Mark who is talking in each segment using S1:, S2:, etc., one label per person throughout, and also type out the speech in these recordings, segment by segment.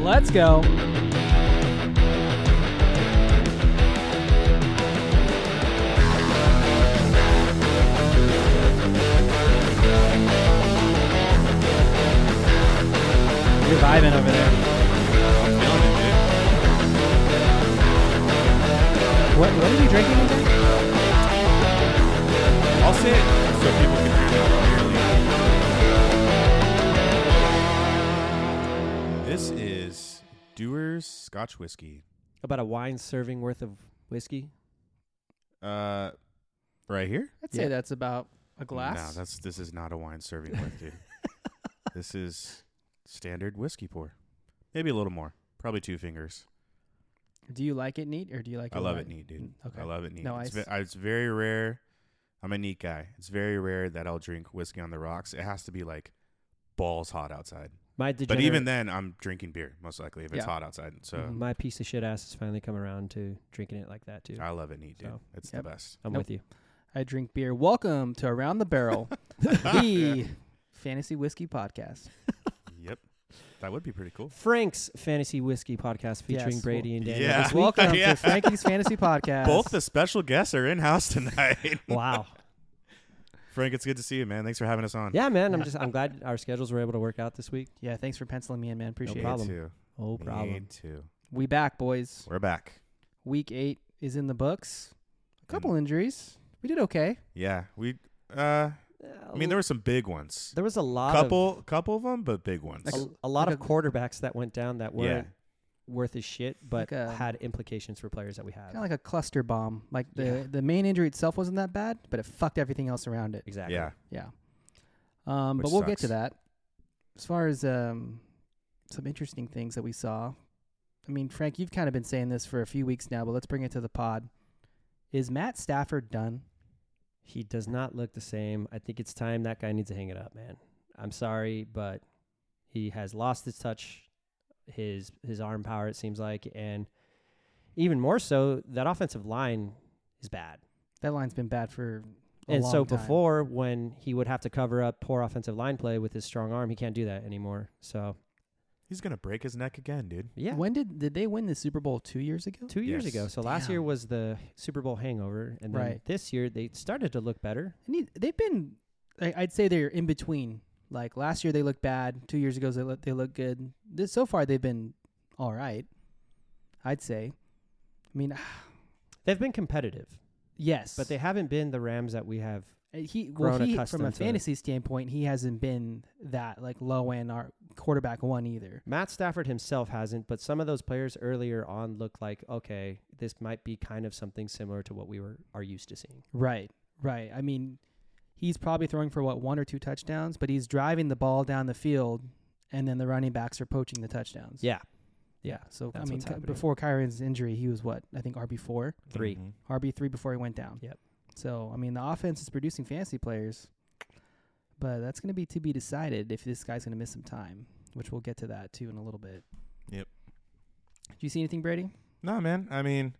S1: Let's go. You're vibing over there.
S2: I'm feeling it,
S1: What, what are you drinking again?
S2: dude. I'll say it so people can hear me clearly. This is Dewar's Scotch whiskey.
S1: About a wine serving worth of whiskey.
S2: Uh, right here.
S3: I'd
S1: Yeah.
S3: say that's about a glass.
S2: No, that's this is not a wine serving with, dude. this is standard whiskey pour. Maybe a little more. Probably two fingers.
S3: do you like it neat or do you like?
S2: I
S3: it
S2: love
S3: wet?
S2: it neat, dude.
S3: Okay.
S2: I love it neat.
S3: No
S2: it's,
S3: ice.
S2: ve- I- it's very rare. I'm a neat guy. It's very rare that I'll drink whiskey on the rocks. It has to be like balls hot outside.
S1: My
S2: But
S1: degenerate,
S2: even then, I'm drinking beer most likely if it's
S3: Yeah.
S2: hot outside. So
S1: my piece of shit ass has finally come around to drinking it like that too.
S2: I love it neat, dude.
S1: So,
S2: it's
S3: yep.
S2: the best.
S1: I'm
S3: Nope.
S1: with you.
S3: I drink beer. Welcome to Around the Barrel, the fantasy whiskey podcast.
S2: yep. That would be pretty cool.
S1: Frank's Fantasy Whiskey Podcast featuring
S3: Yes.
S1: Brady and Daniel.
S2: Yeah.
S1: this week.
S3: Welcome
S2: Yeah.
S3: to Frankie's Fantasy Podcast.
S2: Both the special guests are in house tonight.
S1: Wow.
S2: Frank, it's good to see you, man. Thanks for having us on.
S1: Yeah, man. I'm just I'm glad our schedules were able to work out this week.
S3: yeah, thanks for penciling me in, man. Appreciate
S2: Me
S3: it.
S1: problem.
S2: too.
S1: Oh,
S2: Me
S1: problem.
S2: too.
S3: We back, boys.
S2: We're back.
S3: Week eight is in the books. A
S2: Mm.
S3: couple injuries. We did okay.
S2: Yeah, we. Uh, I mean, there were some big ones.
S1: there was a lot
S2: Couple, couple of them, but big ones.
S1: of a, a lot
S3: like
S1: of
S3: a-
S1: quarterbacks that went down that
S2: yeah,
S1: weren't worth a shit, but
S3: Like a-
S1: had implications for players that we have.
S3: Kind of like a cluster bomb. Like the
S1: Yeah.
S3: the main injury itself wasn't that bad, but it fucked everything else around it.
S1: exactly.
S2: yeah.
S3: Yeah. Um, but
S2: Which
S3: we'll get to
S2: sucks.
S3: that. As far as um, some interesting things that we saw, I mean, Frank, you've kind of been saying this for a few weeks now, but let's bring it to the pod. Is Matt Stafford done?
S1: He does not look the same. I think it's time that guy needs to hang it up, man. I'm sorry, but he has lost his touch, his his arm power. It seems like, and even more so, that offensive line is bad.
S3: That line's been bad for. A
S1: and
S3: long
S1: so
S3: time.
S1: before, when he would have to cover up poor offensive line play with his strong arm, he can't do that anymore. So
S2: He's gonna break his neck again, dude.
S1: yeah,
S3: When did did they win the Super Bowl two years ago?
S1: two years
S2: Yes.
S1: ago. So last year
S3: Damn.
S1: was the Super Bowl hangover, and then
S3: Right.
S1: this year they started to look better.
S3: And he, they've been. I, I'd say they're in between. Like last year they looked bad. Two years ago they look, they look good. This so far they've been all right. I'd say. I mean,
S1: They've been competitive,
S3: yes,
S1: but they haven't been the Rams that we have.
S3: Uh, he well
S1: grown
S3: he, from a
S1: accustomed to it.
S3: fantasy standpoint he hasn't been that like low end our quarterback one either
S1: Matt Stafford himself hasn't, but some of those players earlier on looked like okay, this might be kind of something similar to what we were are used to seeing.
S3: right right i mean he's probably throwing for what one or two touchdowns but he's driving the ball down the field and then the running backs are poaching the touchdowns
S1: Yeah,
S3: yeah so
S1: That's
S3: i mean
S1: what's
S3: c-
S1: happening.
S3: before Kyron's injury he was what i think rb4
S1: Three.
S2: Mhm.
S3: rb3 before he went down
S1: Yep.
S3: so i mean the offense is producing fantasy players but that's going to be to be decided if this guy's going to miss some time which we'll get to that too in a little bit
S2: Yep.
S3: do you see anything brady
S2: No, man. I mean,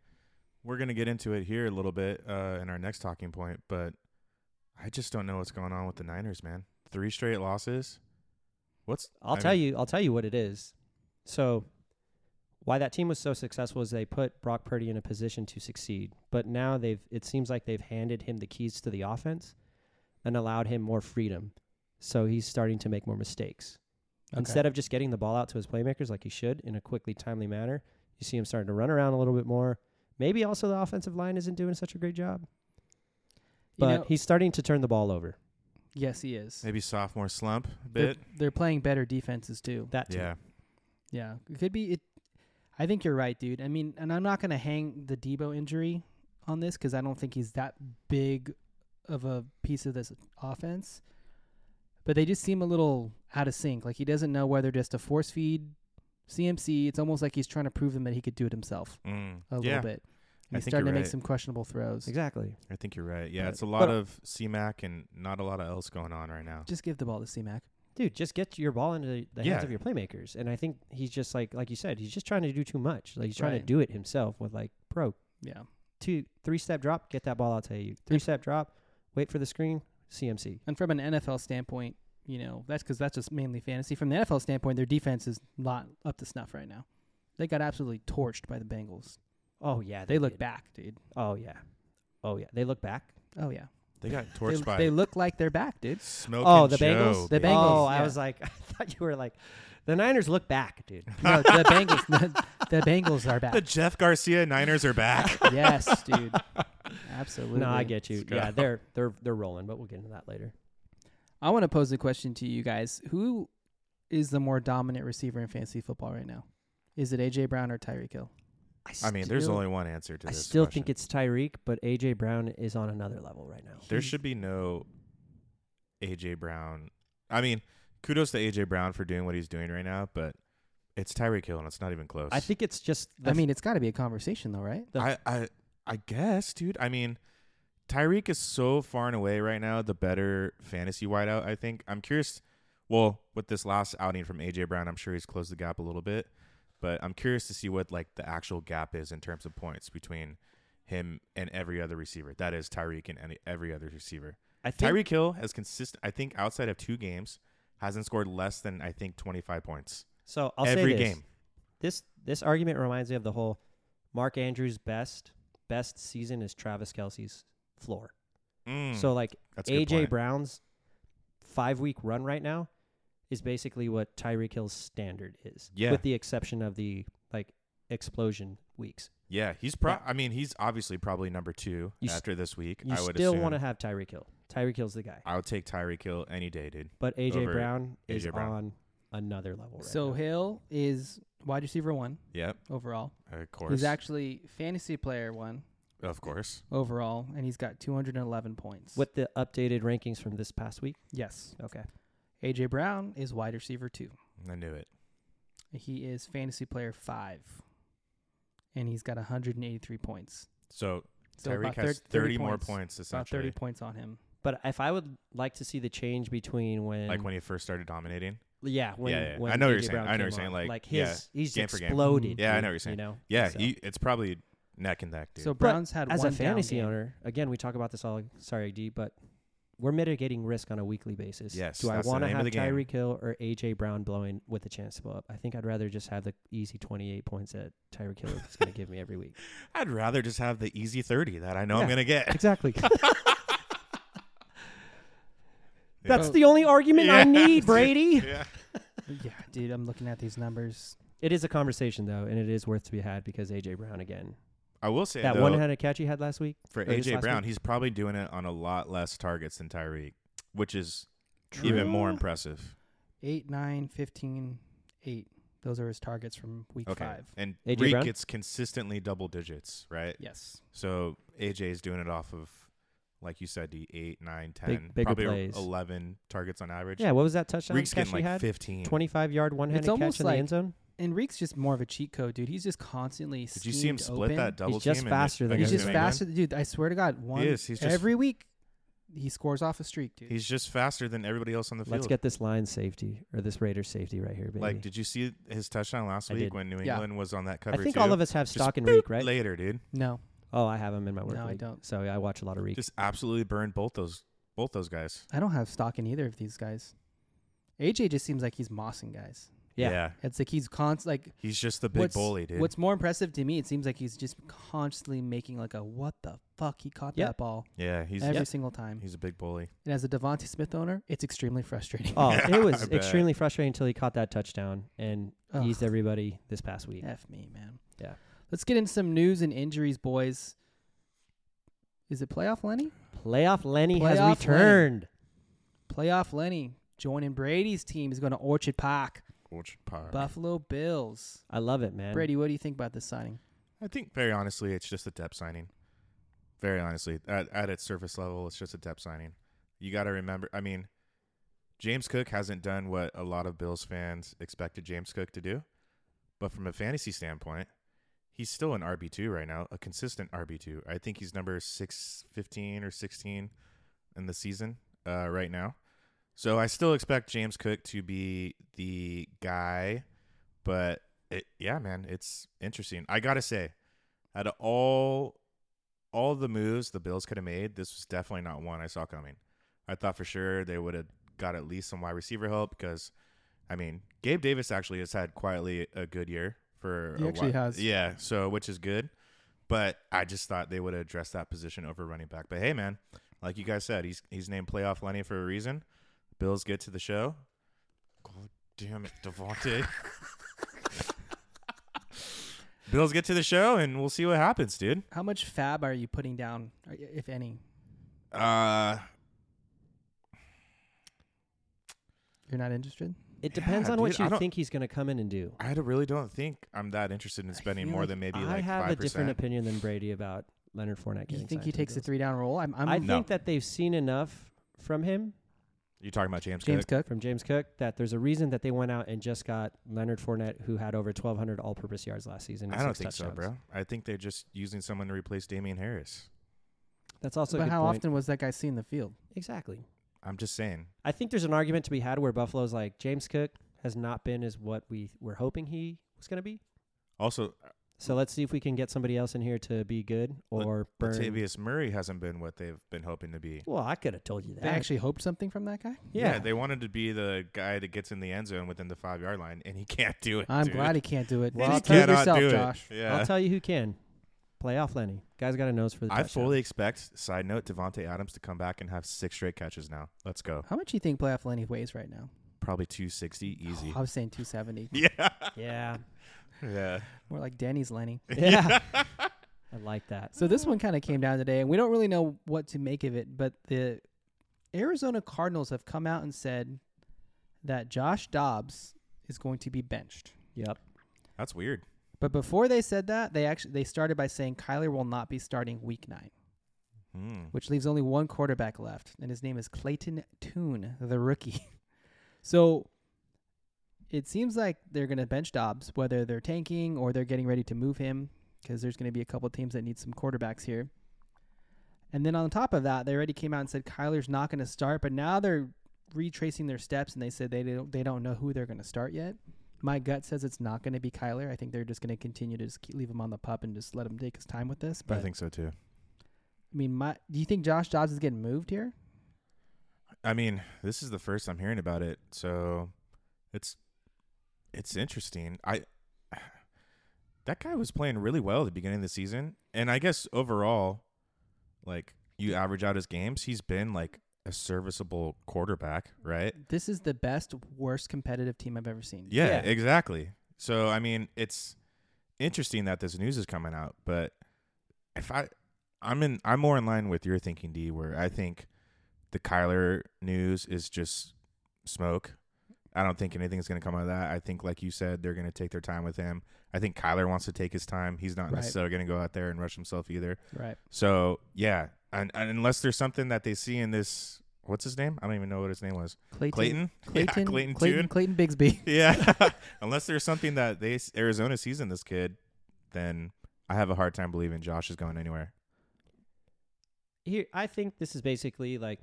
S2: we're gonna get into it here a little bit uh, in our next talking point, but I just don't know what's going on with the Niners, man. Three straight losses. What's
S1: I'll
S2: I
S1: tell
S2: mean-
S1: you. I'll tell you what it is. So, why that team was so successful is they put Brock Purdy in a position to succeed. But now they've. It seems like they've handed him the keys to the offense, and allowed him more freedom. So he's starting to make more mistakes. Instead of just getting the ball out to his playmakers like he should in a quickly timely manner, you see him starting to run around a little bit more. Maybe also the offensive line isn't doing such a great job, but
S3: you know,
S1: he's starting to turn the ball over.
S3: yes, he is.
S2: maybe sophomore slump a
S3: They're,
S2: bit.
S3: they're playing better defenses too.
S1: That too.
S2: yeah,
S3: Yeah, it could be. It. I think you're right, dude. I mean, and I'm not gonna hang the Debo injury on this because I don't think he's that big of a piece of this offense. But they just seem a little out of sync. Like he doesn't know whether just to force feed CMC. It's almost like he's trying to prove him that he could do it himself
S2: Mm.
S3: a
S2: yeah.
S3: little bit. And
S2: I
S3: he's
S2: think
S3: starting to
S2: you're
S3: make
S2: right.
S3: some questionable throws.
S1: exactly.
S2: I think you're right. Yeah,
S3: But-
S2: it's a lot
S1: but-
S2: of CMAC and not a lot of else going on right now.
S3: Just give the ball to C Mac.
S1: dude, just get your ball into the hands
S2: Yeah.
S1: of your playmakers. And I think he's just like, like you said, he's just trying to do too much. Like he's trying to
S3: Right.
S1: do it himself with like, bro,
S3: Yeah.
S1: two, three step drop, get that ball out to you. Three step drop, wait for the screen, CMC.
S3: And from an NFL standpoint, you know, that's because that's just mainly fantasy. From the NFL standpoint, their defense is not up to snuff right now. They got absolutely torched by the Bengals.
S1: Oh yeah,
S3: They look
S1: did.
S3: back, dude.
S1: Oh yeah, oh yeah, they look back.
S3: Oh yeah,
S2: They got
S3: they,
S2: torched by
S3: they look like they're back, dude.
S2: Smoke
S1: Oh,
S2: and
S1: the Bengals?
S2: Joe,
S3: The
S2: baby.
S3: Bengals.
S1: oh, I
S3: yeah.
S1: was like, I thought you were like, the Niners look back, dude.
S3: No, the Bengals, the, the Bengals are
S2: Oh. The
S3: back.
S2: Jeff Garcia Niners are back.
S3: yes, dude. Absolutely.
S1: No, I get you.
S2: Let's go.
S1: Yeah, they're they're they're rolling, but we'll get into that later.
S3: I want to pose the question to you guys: Who is the more dominant receiver in fantasy football right now? Is it AJ Brown or Tyreek Hill?
S2: I mean, there's
S1: still-
S2: only one answer to
S1: I
S2: this.
S1: still
S2: question.
S1: think it's Tyreek, but AJ Brown is on another level right now.
S2: There should be no AJ Brown. I mean, kudos to AJ Brown for doing what he's doing right now, but it's Tyreek Hill and it's not even close.
S1: I think it's just. The
S3: I mean, it's got to be a conversation, though, right?
S1: the-
S2: I I, I guess, dude. I mean, Tyreek is so far and away right now the better fantasy wideout. I think. I'm curious. Well, with this last outing from AJ Brown, I'm sure he's closed the gap a little bit, but I'm curious to see what like the actual gap is in terms of points between him and every other receiver. That is Tyreek and any, every other receiver.
S1: I think
S2: Tyreek Hill has consistent. I think outside of two games, hasn't scored less than I think 25 points
S1: so. I'll
S2: every
S1: say this.
S2: game.
S1: This this argument reminds me of the whole Mark Andrews best best season is Travis Kelsey's floor.
S2: Mm,
S1: So like
S2: that's a good
S1: AJ
S2: point.
S1: Brown's five week run right now is basically what Tyreek Hill's standard is.
S2: Yeah.
S1: With the exception of the like explosion weeks.
S2: Yeah, he's pro.
S1: Yeah.
S2: I mean, he's obviously probably number two
S1: You s-
S2: after this week.
S1: You
S2: I would
S1: still
S2: assume.
S1: want to have Tyreek Hill. Tyreek Hill's the guy.
S2: I would take Tyreek Hill any day, dude.
S1: But AJ
S2: over
S1: Brown is
S2: AJ Brown.
S1: on another level right
S3: so
S1: now.
S3: Hill is wide receiver one
S2: Yep,
S3: overall.
S2: of course.
S3: He's actually fantasy player one
S2: of course.
S3: overall, and he's got 211 points.
S1: with the updated rankings from this past week.
S3: yes,
S1: Okay.
S3: AJ Brown is wide receiver two.
S2: I knew it.
S3: He is fantasy player five, and he's got 183 points.
S2: So
S3: So
S2: Tyreek
S3: about
S2: has
S3: 30
S2: 30 more
S3: points.
S2: points
S3: About
S2: essentially,
S3: 30 points on him.
S1: But if I would like to see the change between when
S2: like when he first started dominating.
S1: Yeah, when,
S2: Yeah, yeah.
S1: when
S2: I know what
S1: AJ
S2: you're saying.
S1: Brown
S2: I know what
S1: came
S2: you're saying.
S1: on.
S2: Like, yeah,
S1: his he's
S2: game for game.
S1: exploded.
S2: Yeah, I
S1: dude,
S2: know what you're saying.
S1: You know?
S2: Yeah,
S1: So-
S2: he. It's probably neck and neck, dude.
S3: So
S2: So,
S1: But
S3: Brown's had
S1: as
S3: one
S1: a fantasy
S3: down game.
S1: owner, again, we talk about this all. Sorry, D, but we're mitigating risk on a weekly basis.
S2: Yes,
S1: Do I
S2: that's the
S1: want to
S2: name of
S1: have
S2: the game.
S1: Tyreek Hill or AJ Brown blowing with a chance to blow up? I think I'd rather just have the easy 28 points that Tyreek Hill is going to give me every week.
S2: I'd rather just have the easy 30 that I know I'm
S1: Yeah.
S2: gonna get.
S1: Exactly. That's
S3: Yeah.
S1: the only argument I
S2: Yeah.
S1: need, Brady.
S2: yeah.
S3: Yeah, dude, I'm looking at these numbers.
S1: It is a conversation though, and it is worth to be had because AJ Brown again.
S2: I will say
S1: that
S2: though,
S1: one-handed catch he had last week.
S2: for
S1: or this
S2: AJ
S1: last
S2: Brown,
S1: week.
S2: he's probably doing it on a lot less targets than Tyreek, which is
S3: True.
S2: even more impressive.
S3: 8, 9, 15, 8. Those are his targets from week
S2: Okay.
S3: five.
S2: And
S1: AJ
S2: Reek
S1: Brown?
S2: gets consistently double digits, right?
S3: Yes.
S2: So AJ's doing it off of, like you said, the 8, 9, 10,
S1: Big- bigger
S2: probably
S1: plays.
S2: 11 targets on average.
S1: Yeah, what was that touchdown
S2: Reek's
S1: catch
S2: getting
S1: he
S2: like
S1: had?
S2: 15.
S1: 25 yard one handed
S3: almost
S1: catch in
S3: like
S1: the end zone.
S3: And Reek's just more of a cheat code, dude. He's just constantly.
S2: Did you see him
S3: schemed
S2: split
S3: open.
S2: that double
S1: just
S2: team?
S1: faster than
S3: He's
S1: against
S3: just
S1: New
S3: faster, dude. I swear to God, one
S2: is. He's just-
S3: every week, he scores off a streak, dude.
S2: He's just faster than everybody else on the field.
S1: Let's get this line safety or this Raider safety right here, baby.
S2: like, did you see his touchdown last
S1: I
S2: week
S1: did.
S2: when New
S3: Yeah.
S2: England was on that
S1: I
S2: cover?
S1: think
S2: two?
S1: all of us have
S2: Just
S1: stock in Reek,
S2: boop
S1: right?
S2: Later, dude.
S3: no,
S1: Oh, I have him in my work.
S3: No, I
S1: league,
S3: don't.
S1: So I watch a lot of Reek.
S2: Just absolutely burned both those both those guys.
S3: I don't have stock in either of these guys. AJ just seems like he's mossing guys.
S1: Yeah.
S3: It's like he's const like
S2: He's just the big
S3: what's,
S2: bully, dude.
S3: What's more impressive to me, it seems like he's just constantly making like a what the fuck he caught
S1: Yeah.
S3: that ball
S2: yeah, he's
S3: every
S1: Yep.
S3: single time.
S2: he's a big bully.
S3: And as a Devontae Smith owner, it's extremely frustrating.
S1: oh,
S2: Yeah,
S1: it
S2: I
S1: was
S2: bet.
S1: extremely frustrating until he caught that touchdown and
S3: Ugh.
S1: eased everybody this past week.
S3: F me, man.
S1: Yeah.
S3: Let's get into some news and injuries, boys. Is it playoff Lenny?
S1: Playoff Lenny
S3: Playoff
S1: has returned.
S3: Playoff Lenny joining Brady's team is going to Orchard Park,
S2: Orchard Park.
S3: Buffalo Bills.
S1: I love it, man.
S3: Brady, what do you think about this signing?
S2: I think very honestly, it's just a depth signing. Very honestly, at, at its surface level, it's just a depth signing. You got to remember. I mean, James Cook hasn't done what a lot of Bills fans expected James Cook to do, but from a fantasy standpoint, he's still an RB two right now, a consistent RB two. I think he's number six, fifteen or sixteen in the season uh, right now. So I still expect James Cook to be the guy, but it, yeah, man, it's interesting. I gotta say, out of all all the moves the Bills could have made, this was definitely not one I saw coming. I thought for sure they would have got at least some wide receiver help because, I mean, Gabe Davis actually has had quietly a good year for.
S3: He
S2: a
S3: actually
S2: wi-
S3: has.
S2: Yeah, so which is good, but I just thought they would address that position over running back. But hey, man, like you guys said, he's he's named playoff Lenny for a reason. Bills get to the show. God damn it, Devontae. Bills get to the show and we'll see what happens, dude.
S3: How much fab are you putting down, or i- if any?
S2: Uh,
S3: You're not interested.
S1: It
S2: Yeah,
S1: depends on
S2: dude,
S1: what
S2: I
S1: you
S2: don't-
S1: think he's going to come in and do.
S2: I really don't think I'm that interested in spending
S3: feel
S2: more
S3: like
S2: than maybe
S1: I
S2: like
S1: have a
S2: five
S1: different
S2: percent.
S1: opinion than Brady about Leonard Fournette.
S3: You
S1: getting
S3: think
S1: signed
S3: he
S1: to the
S3: takes a
S1: Bills.
S3: three down roll? I'm. I'm
S1: I
S2: No.
S1: think that they've seen enough from him,
S2: You talking about James,
S3: James
S2: Cook?
S3: Cook.
S1: from James Cook, that there's a reason that they went out and just got Leonard Fournette, who had over 1,200 all-purpose yards last season. and
S2: I don't
S1: six
S2: think so, bro.
S1: touchdowns.
S2: I think they're just using someone to replace Damian Harris.
S1: That's also a
S3: but
S1: good
S3: how
S1: point.
S3: often was that guy seen in the field?
S1: Exactly.
S2: I'm just saying.
S1: I think there's an argument to be had where Buffalo's like James Cook has not been as what we were hoping he was going to be.
S2: Also,
S1: So let's see if we can get somebody else in here to be good
S2: Lat-
S1: or burn.
S2: Latavius Murray hasn't been what they've been hoping to be.
S1: Well, I could have told you that.
S3: They actually hoped something from that guy.
S1: yeah,
S2: they wanted to be the guy that gets in the end zone within the five yard line, and he can't do it.
S3: I'm
S2: dude.
S3: glad he can't do it.
S1: Well,
S2: he
S1: I'll
S3: Just
S1: tell you
S3: prove
S2: cannot
S3: yourself,
S2: do
S3: Josh.
S2: it. Yeah.
S1: I'll tell you who can. Playoff Lenny. Guy's got a nose for the
S2: I
S1: touchdown.
S2: fully expect, side note, Devonte Adams to come back and have six straight catches now. Let's go.
S3: How much do you think playoff Lenny weighs right now?
S2: Probably 260 easy.
S3: I was saying 270.
S2: yeah.
S1: Yeah.
S2: Yeah.
S3: More like Danny's Lenny.
S1: Yeah. I like that.
S3: So this one kind of came down today, and we don't really know what to make of it. But the Arizona Cardinals have come out and said that Josh Dobbs is going to be benched.
S1: Yep.
S2: That's weird.
S3: But before they said that, they actually they started by saying Kyler will not be starting Week Nine,
S2: Hmm.
S3: which leaves only one quarterback left, and his name is Clayton Toon, the rookie. so it seems like they're going to bench Dobbs, whether they're tanking or they're getting ready to move him, because there's going to be a couple teams that need some quarterbacks here. And then on top of that, they already came out and said Kyler's not going to start, but now they're retracing their steps, and they said they don't they don't know who they're going to start yet. My gut says it's not going to be Kyler. I think they're just going to continue to just keep, leave him on the pup and just let him take his time with this. But
S2: I think so too.
S3: I mean, my do you think Josh Dobbs is getting moved here?
S2: I mean, this is the first I'm hearing about it, so it's it's interesting. I that guy was playing really well at the beginning of the season, and I guess overall, like you average out his games, he's been like a serviceable quarterback, right?
S3: This is the best, worst competitive team I've ever seen.
S2: Yeah,
S1: Yeah.
S2: exactly. So I mean, it's interesting that this news is coming out, but if I I'm in I'm more in line with your thinking, D, where I think the Kyler news is just smoke. I don't think anything's gonna come out of that. I think like you said, they're gonna take their time with him. I think Kyler wants to take his time. He's not
S3: Right.
S2: necessarily gonna go out there and rush himself either.
S3: Right.
S2: So yeah. And, and unless there's something that they see in this what's his name? I don't even know what his name was.
S3: Clayton.
S2: Clayton?
S3: Clayton.
S2: yeah, Clayton,
S3: Clayton,
S2: Tune.
S3: Clayton Bigsby.
S2: Yeah. Unless there's something that they Arizona sees in this kid, then I have a hard time believing Josh is going anywhere.
S1: Here, I think this is basically like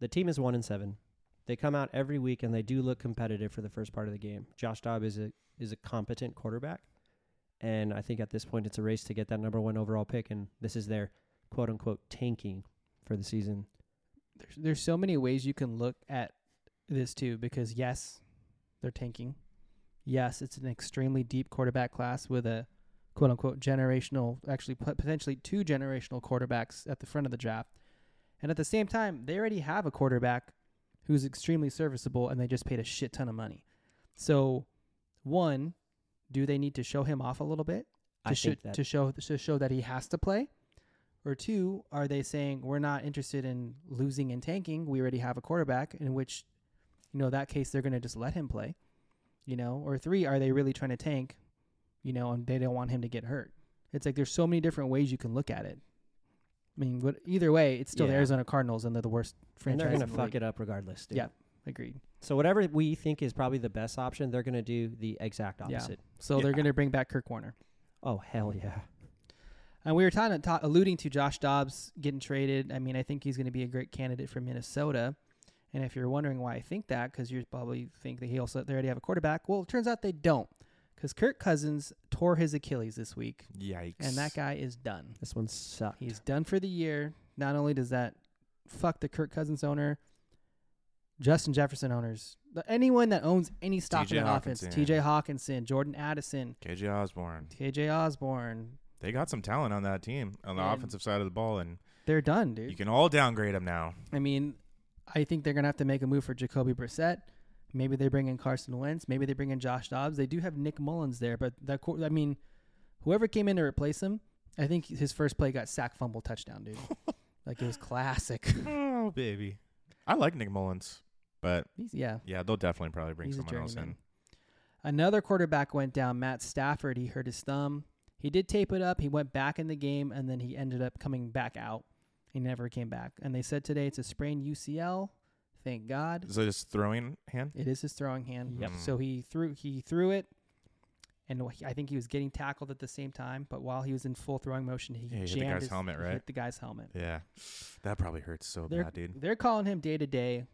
S1: the team is one and seven. They come out every week and they do look competitive for the first part of the game. Josh Dobb is a is a competent quarterback, and I think at this point it's a race to get that number one overall pick. And this is their quote unquote tanking for the season.
S3: There's, there's so many ways you can look at this too, because yes, they're tanking. Yes, it's an extremely deep quarterback class with a quote unquote generational, actually pot- potentially two generational quarterbacks at the front of the draft. And at the same time, they already have a quarterback who's extremely serviceable and they just paid a shit ton of money. So, one, do they need to show him off a little bit
S1: I
S3: to, sho-
S1: think that
S3: to show to show that he has to play? Or two, are they saying we're not interested in losing and tanking? We already have a quarterback, in which, you know, that case they're going to just let him play, you know. Or three, are they really trying to tank, you know, and they don't want him to get hurt? It's like there's so many different ways you can look at it. I mean, what, either way, it's still the
S1: Yeah.
S3: Arizona Cardinals, and they're the worst
S1: and
S3: franchise.
S1: they're gonna
S3: in the
S1: fuck
S3: league.
S1: it up regardless. Dude.
S3: Yeah. Agreed.
S1: So whatever we think is probably the best option, they're gonna do the exact
S3: Yeah.
S1: opposite.
S3: So they're
S2: Yeah.
S3: going to bring back Kirk Warner.
S1: Oh hell yeah!
S3: And we were talking, ta- alluding to Josh Dobbs getting traded. I mean, I think he's going to be a great candidate for Minnesota. And if you're wondering why I think that, because you probably think that he also they already have a quarterback. Well, it turns out they don't, because Kirk Cousins tore his Achilles this week,
S2: Yikes.
S3: and that guy is done.
S1: This one sucked.
S3: He's done for the year. Not only does that fuck the Kirk Cousins owner, Justin Jefferson owners, the- anyone that owns any stock
S2: T.J.
S3: in the offense,
S2: Hockenson.
S3: T.J. Hawkinson, Jordan Addison,
S2: KJ Osborne.
S3: K.J. Osborne,
S2: They got some talent on that team on the
S3: And-
S2: offensive side of the ball, and
S3: they're done,
S2: you
S3: dude.
S2: can all downgrade them now.
S3: I mean, I think they're gonna have to make a move for Jacoby Brissett. Maybe they bring in Carson Wentz. Maybe they bring in Josh Dobbs. They do have Nick Mullins there, but that cor- I mean, whoever came in to replace him, I think his first play got sack, fumble, touchdown, dude. like it was classic.
S2: oh, baby. I like Nick Mullins, but
S3: He's- yeah,
S2: yeah, they'll definitely probably bring
S3: He's a
S2: someone else in.
S3: journeyman. Another quarterback went down, Matt Stafford. He hurt his thumb. He did tape it up. He went back in the game, and then he ended up coming back out. He never came back. And they said today it's a sprained UCL. Thank God.
S2: So just throwing hand?
S3: It is his throwing hand.
S2: Yep.
S3: So he threw he threw it, and wh- I think he was getting tackled at the same time. But while he was in full throwing motion, he
S2: Yeah, he hit the
S3: jammed
S2: guy's
S3: his-
S2: helmet,
S3: he
S2: right?
S3: Hit the guy's helmet.
S2: Yeah. That probably hurts so
S3: They're,
S2: bad, dude.
S3: they're calling him day to day.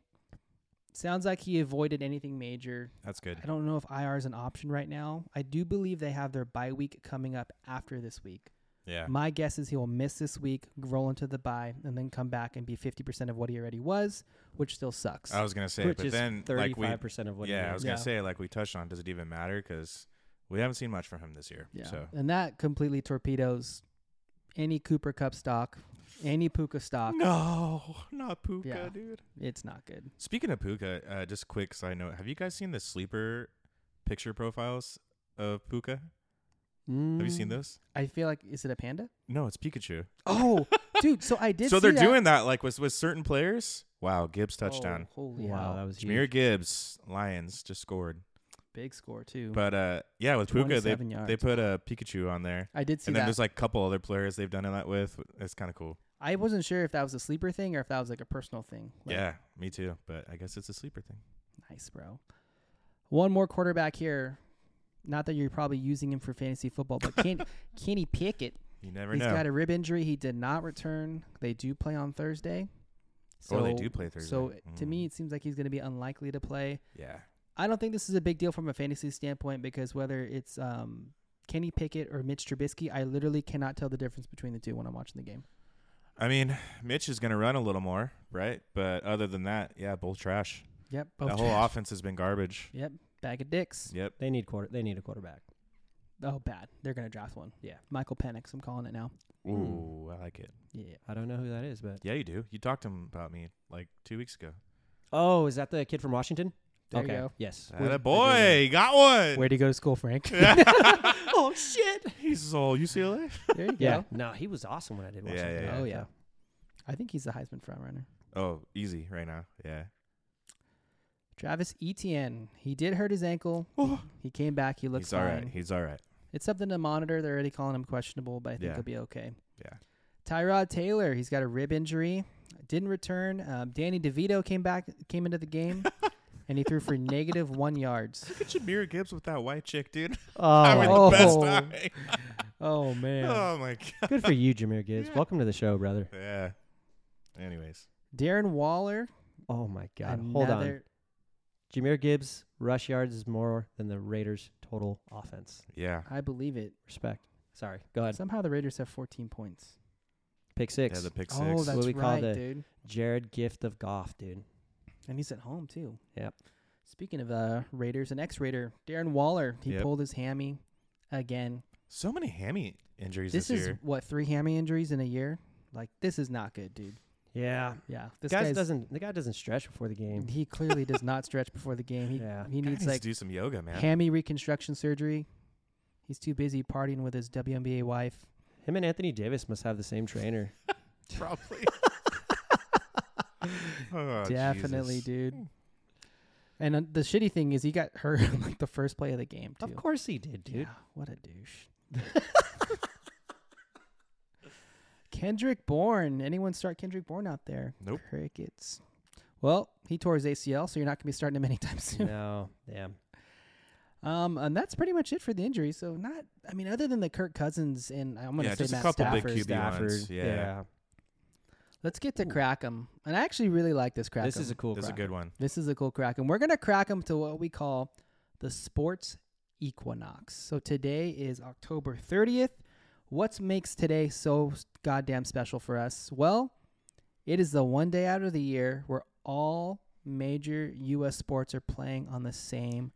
S3: Sounds like he avoided anything major.
S2: That's good.
S3: I don't know if IR is an option right now. I do believe they have their bye week coming up after this week.
S2: Yeah.
S3: My guess is he will miss this week, roll into the bye, and then come back and be 50% of what he already was, which still sucks.
S2: I was going to say,
S1: which
S2: but
S1: is
S2: then, like, we.
S1: thirty-five percent of what. he
S2: Yeah, I
S1: made.
S2: was
S3: Yeah.
S2: going to say, like, we touched on, does it even matter? Because we haven't seen much from him this year.
S3: yeah.
S2: So,
S3: And that completely torpedoes any Cooper Cup stock, any Puka stock.
S2: no, not Puka,
S3: Yeah.
S2: dude.
S3: It's not good.
S2: Speaking of Puka, uh, just quick side note have you guys seen the sleeper picture profiles of Puka? Have you seen
S1: Mm.
S2: those?
S3: I feel like, is it a panda?
S2: No, it's Pikachu.
S3: Oh, dude. So I did
S2: so
S3: see
S2: they're
S3: that.
S2: doing that like with with certain players. Wow, Gibbs touchdown.
S3: Oh, holy
S1: Wow,
S3: hell.
S1: that was
S2: Jameer
S1: huge.
S2: Gibbs, Lions just scored.
S3: Big score, too.
S2: But uh yeah, with Puka they
S3: 27
S2: they
S3: yards.
S2: put a Pikachu on there.
S3: I did see
S2: and then
S3: that.
S2: there's like a couple other players they've done that with. It's kind of cool.
S3: I wasn't sure if that was a sleeper thing or if that was like a personal thing. Like,
S2: yeah, me too. But I guess it's a sleeper thing.
S3: Nice, bro. One more quarterback here. Not that you're probably using him for fantasy football, but can Kenny Pickett?
S2: You never
S3: He's
S2: know.
S3: got a rib injury. He did not return. They do play on Thursday.
S2: oh, they do play Thursday.
S3: So to
S2: Mm.
S3: me, it seems like he's going to be unlikely to play.
S2: yeah,
S3: I don't think this is a big deal from a fantasy standpoint because whether it's um, Kenny Pickett or Mitch Trubisky, I literally cannot tell the difference between the two when I'm watching the game.
S2: I mean, Mitch is gonna run a little more, right? But other than that, yeah, both trash.
S3: Yep.
S2: The
S3: Both
S2: whole
S3: trash.
S2: offense has been garbage.
S3: Yep. Bag of dicks.
S2: Yep.
S1: They need quarter. They need a quarterback.
S3: Oh, bad. They're going to draft one.
S1: Yeah.
S3: Michael Penix. I'm calling it now.
S1: Hmm.
S2: Ooh, I like it.
S3: Yeah.
S1: I don't know who that is, but
S2: Yeah, you do. You talked to him about me like two weeks ago.
S1: oh, is that the kid from Washington?
S3: There
S1: okay.
S3: you go.
S1: Yes.
S2: Atta boy, you got one.
S3: Where'd you go to school, Frank?
S1: oh shit.
S2: He's all UCLA.
S3: There you
S1: Yeah.
S3: go.
S1: No, he was awesome when I did
S2: Yeah,
S1: Washington.
S2: yeah,
S3: Oh yeah. I think he's the Heisman front runner.
S2: Oh, easy right now. Yeah.
S3: Travis Etienne. He did hurt his ankle.
S2: Oh.
S3: He came back. He looks
S2: He's all
S3: fine.
S2: right. He's all right.
S3: It's something to monitor. They're already calling him questionable, but I think
S2: Yeah.
S3: he'll be okay.
S2: Yeah.
S3: Tyrod Taylor. He's got a rib injury. Didn't return. Um, Danny DeVito came back. Came into the game. And he threw for negative one yards.
S2: Look at Jameer Gibbs with that white chick, dude.
S1: Oh,
S2: I mean, the best
S3: Oh.
S2: eye.
S3: Oh man!
S2: Oh my god.
S1: good for you, Jameer Gibbs.
S2: Yeah.
S1: Welcome to the show, brother.
S2: Yeah. Anyways,
S3: Darren Waller.
S1: Oh my God. Hold on.
S3: another-
S1: Jameer Gibbs rush yards is more than the Raiders' total offense.
S2: yeah.
S3: I believe it.
S1: Respect. Sorry. Go ahead.
S3: Somehow the Raiders have 14 points.
S1: Pick six.
S2: Yeah, the pick six.
S3: Oh, that's
S1: What we
S3: right,
S1: call the-
S3: dude.
S1: Jared Gift of Goff, dude.
S3: And he's at home too.
S1: Yep.
S3: Speaking of uh, Raiders, an ex-Raider, Darren Waller, he
S2: Yep.
S3: pulled his hammy again.
S2: so many hammy injuries this,
S3: this is
S2: year.
S3: what three hammy injuries in a year. Like this is not good, dude.
S1: Yeah.
S3: Yeah, this
S1: guy
S3: guy's-
S1: doesn't. The guy doesn't stretch before the game.
S3: He clearly does not stretch before the game. He
S1: Yeah.
S3: he needs
S2: Guy needs to
S3: like
S2: do some yoga, man.
S3: hammy reconstruction surgery. He's too busy partying with his WNBA wife.
S1: Him and Anthony Davis must have the same trainer.
S2: Probably. Oh,
S3: Definitely,
S2: Jesus.
S3: dude. And uh, the shitty thing is, he got hurt on, like the first play of the game too.
S1: Of course he did, dude.
S3: Yeah, what a douche. Kendrick Bourne. Anyone start Kendrick Bourne out there?
S2: Nope.
S3: Crickets. Well, he tore his ACL, so you're not going to be starting him anytime soon.
S1: No. Damn.
S3: Um, and that's pretty much it for the injury. So not, I mean, other than the Kirk Cousins and I'm going to
S2: Yeah,
S3: say
S2: just a
S3: Matt
S2: couple big
S3: Stafford.
S2: QB
S1: Stafford.
S2: ones, yeah.
S3: Let's get to Crackham, and I actually really like this Crackham.
S1: This is a cool.
S2: This is a
S1: crack.
S2: good one.
S3: This is a cool crack. And we're going to crack them to what we call the sports equinox. So today is October 30th. What makes today so goddamn special for us? Well, it is the one day out of the year where all major U.S. sports are playing on the same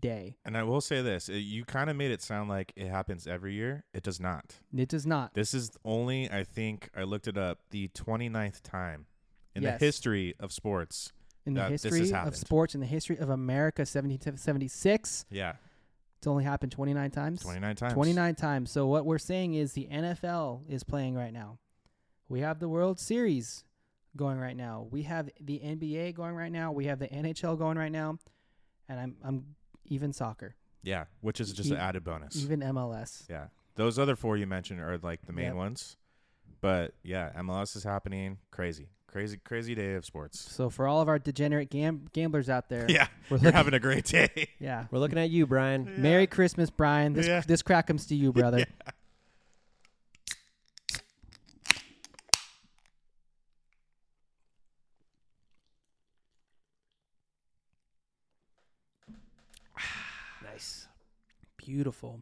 S3: day.
S2: And I will say this: uh, you kind of made it sound like it happens every year. It does not.
S3: It does not.
S2: This is only, I think, I looked it up, the 29th time in
S3: Yes.
S2: the history of sports.
S3: In the
S2: that this has
S3: history of
S2: happened.
S3: sports, in the history of America, 1776,
S2: Yeah,
S3: it's only happened 29 times.
S2: 29 times.
S3: 29 times. So what we're saying is the NFL is playing right now. We have the World Series going right now. We have the NBA going right now. We have the NHL going right now. And I'm I'm even soccer,
S2: Yeah, which is just
S3: E-
S2: an added bonus.
S3: even MLS.
S2: yeah, those other four you mentioned are like the main
S3: Yep.
S2: ones. But yeah, MLS is happening. Crazy, crazy, crazy day of sports.
S3: So for all of our degenerate gam- gamblers out there,
S2: Yeah,
S3: we're
S2: you're
S3: looking,
S2: having a great day.
S3: yeah.
S1: We're looking at you, Brian.
S3: Merry Christmas, Brian. This
S2: Yeah.
S3: this crackums to you, brother.
S1: Nice.
S3: Beautiful.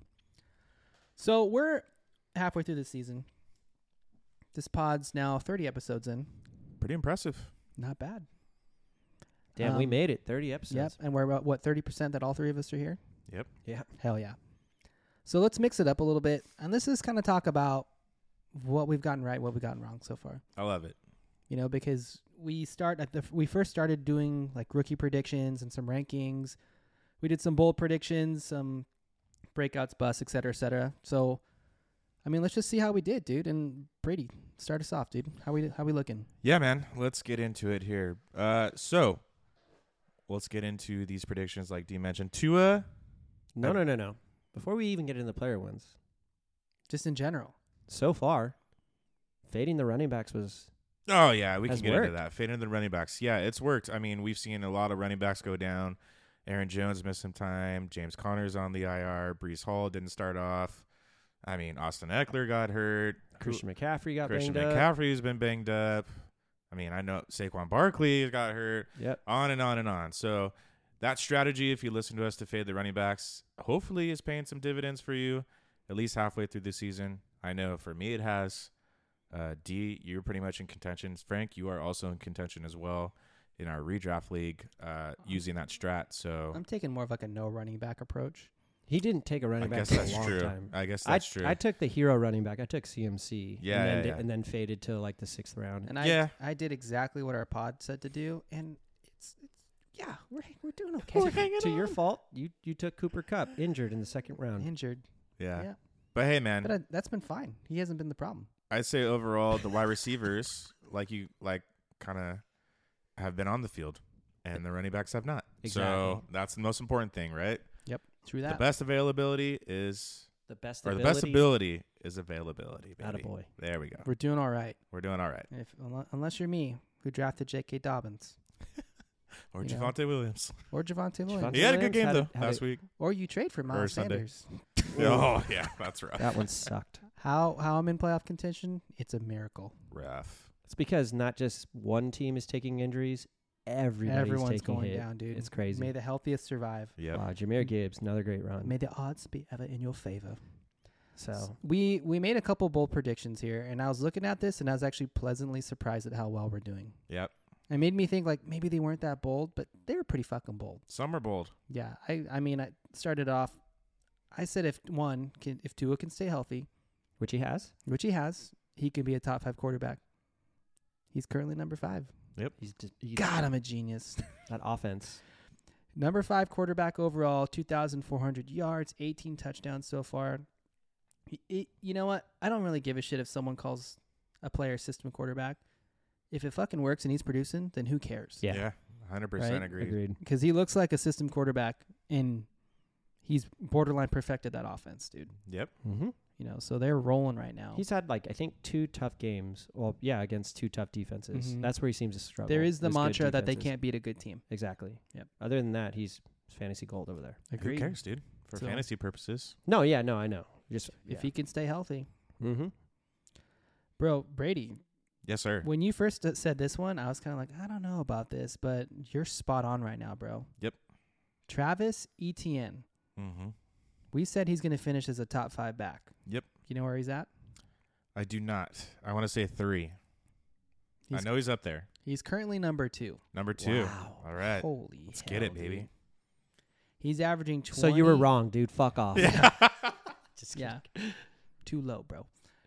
S3: So we're halfway through the season. This pod's now 30 episodes in.
S2: Pretty impressive.
S3: Not bad.
S1: Damn, we
S3: Um,
S1: made it. 30 episodes.
S3: Yep, and we're about what thirty percent that all three of us are here.
S2: Yep.
S1: Yeah.
S3: Hell yeah. So let's mix it up a little bit, and let's just kind of talk about what we've gotten right, what we've gotten wrong so far.
S2: I love it.
S3: You know, because we start at the we first started doing like rookie predictions and some rankings. We did some bold predictions, some breakouts, bust, et cetera, et cetera. So, I mean, let's just see how we did, dude. And Brady, start us off, dude. How we how we looking?
S2: Yeah, man. Let's get into it here. Uh, so let's get into these predictions, like D mentioned. Tua.
S1: No,
S2: I-
S1: no, no, no. Before we even get into the player ones,
S3: Just in general.
S1: so far, fading the running backs was
S2: Oh yeah, we can
S1: Has
S2: get
S1: worked.
S2: into that. Fade into the running backs. Yeah, it's worked. I mean, we've seen a lot of running backs go down. Aaron Jones missed some time. James Conner's on the IR. Brees Hall didn't start off. I mean, Austin Eckler got hurt.
S1: Christian McCaffrey got
S2: Christian
S1: banged up.
S2: McCaffrey's been banged up. I mean, I know Saquon Barkley got hurt.
S1: Yep.
S2: On and on and on. So that strategy, if you listen to us to fade the running backs, hopefully is paying some dividends for you at least halfway through the season. I know for me it has. Uh, D, you're pretty much in contention. Frank, you are also in contention as well in our redraft league uh, using that strat. So
S3: I'm taking more of like a no running back approach.
S1: He didn't take a
S2: I
S1: running back
S2: guess
S1: for a
S2: that's
S1: long
S2: true.
S1: time.
S2: I guess
S1: I,
S2: that's true.
S1: I took the hero running back. I took CMC.
S2: Yeah,
S1: and then,
S2: yeah,
S1: di-
S2: yeah.
S1: and then faded to like the sixth round.
S3: And I
S2: Yeah.
S3: I did exactly what our pod said to do, and it's it's yeah we're hang- we're doing okay.
S1: to to your fault, you you took Cooper Cup injured in the second round.
S3: injured,
S2: yeah.
S3: yeah.
S2: But hey, man,
S3: but I, that's been fine. He hasn't been the problem.
S2: I'd say overall the wide receivers, like you like kind of have been on the field and the running backs have not. So
S1: Exactly.
S2: that's the most important thing, right?
S3: True
S2: The
S3: that.
S2: best availability is
S1: The best
S2: or the
S1: ability.
S2: best ability is availability. Baby.
S1: Attaboy.
S2: There we go.
S3: We're doing all right.
S2: We're doing all right.
S3: If unle- unless you're me, who drafted J.K. Dobbins
S2: Or
S3: You know.
S2: Javante Williams.
S3: or Javante Williams,
S1: Javonte-
S2: He had a good
S1: Williams
S2: game
S1: had
S2: though
S1: a- had
S2: last
S1: a-
S2: week.
S3: or you trade for Miles
S2: Sunday.
S3: Sanders.
S2: oh yeah, that's rough.
S1: That one sucked.
S3: How how I'm in playoff contention? It's a miracle.
S2: rough.
S1: It's because not just one team is taking injuries. Everybody's
S3: Everyone's
S1: taking
S3: going
S1: hit.
S3: down, dude.
S1: It's crazy.
S3: May the healthiest survive.
S2: Yep.
S1: Wow, Jameer Gibbs, another great run.
S3: May the odds be ever in your favor.
S1: so
S3: we we made a couple bold predictions here, and I was looking at this, and I was actually pleasantly surprised at how well we're doing.
S2: Yep.
S3: It made me think like maybe they weren't that bold, but they were pretty fucking bold.
S2: Some are bold.
S3: Yeah, I I mean I started off, I said if one can if Tua can stay healthy,
S1: which he has.
S3: which he has, he can be a top five quarterback. He's currently number five.
S1: He's, d- he's
S3: God, I'm a genius.
S1: that offense.
S3: number five quarterback overall, two thousand four hundred yards, eighteen touchdowns so far. He- he- you know what? I don't really give a shit if someone calls a player system quarterback. If it fucking works and he's producing, then who cares?
S1: Yeah.
S2: Hundred percent
S3: Right?
S2: agree.
S1: Agreed.
S3: because he looks like a system quarterback and he's borderline perfected that offense, dude.
S2: Yep.
S1: Mm-hmm.
S3: You know, so they're rolling right now.
S1: He's had like I think two tough games. Well, yeah, against two tough defenses.
S3: Mhm.
S1: That's where he seems to struggle.
S3: there is the
S1: good
S3: mantra that they
S1: defenses.
S3: can't beat a good team.
S1: exactly.
S3: Yep.
S1: Other than that, he's fantasy gold over there.
S2: Who cares, dude? For
S3: So-
S2: fantasy purposes.
S1: No, yeah, no, I know. Just
S3: If he can stay healthy,
S1: mm-hmm.
S3: bro, Brady.
S2: Yes, sir.
S3: When you first uh, said this one, I was kind of like, I don't know about this, but you're spot on right now, bro.
S2: Yep.
S3: Travis Etienne.
S2: Mm-hmm.
S3: We said he's going to finish as a top five back.
S2: Yep.
S3: You know where he's at?
S2: I do not. I want to say three. I
S3: He's-
S2: know he's up there.
S3: He's currently number two.
S2: Number two.
S1: Wow.
S2: All right.
S3: Holy
S2: Let's get it,
S3: hell, dude.
S2: baby.
S3: He's averaging 20.
S1: So you were wrong, dude. Fuck off.
S2: Yeah.
S1: Just kidding.
S3: Yeah. Too low, bro.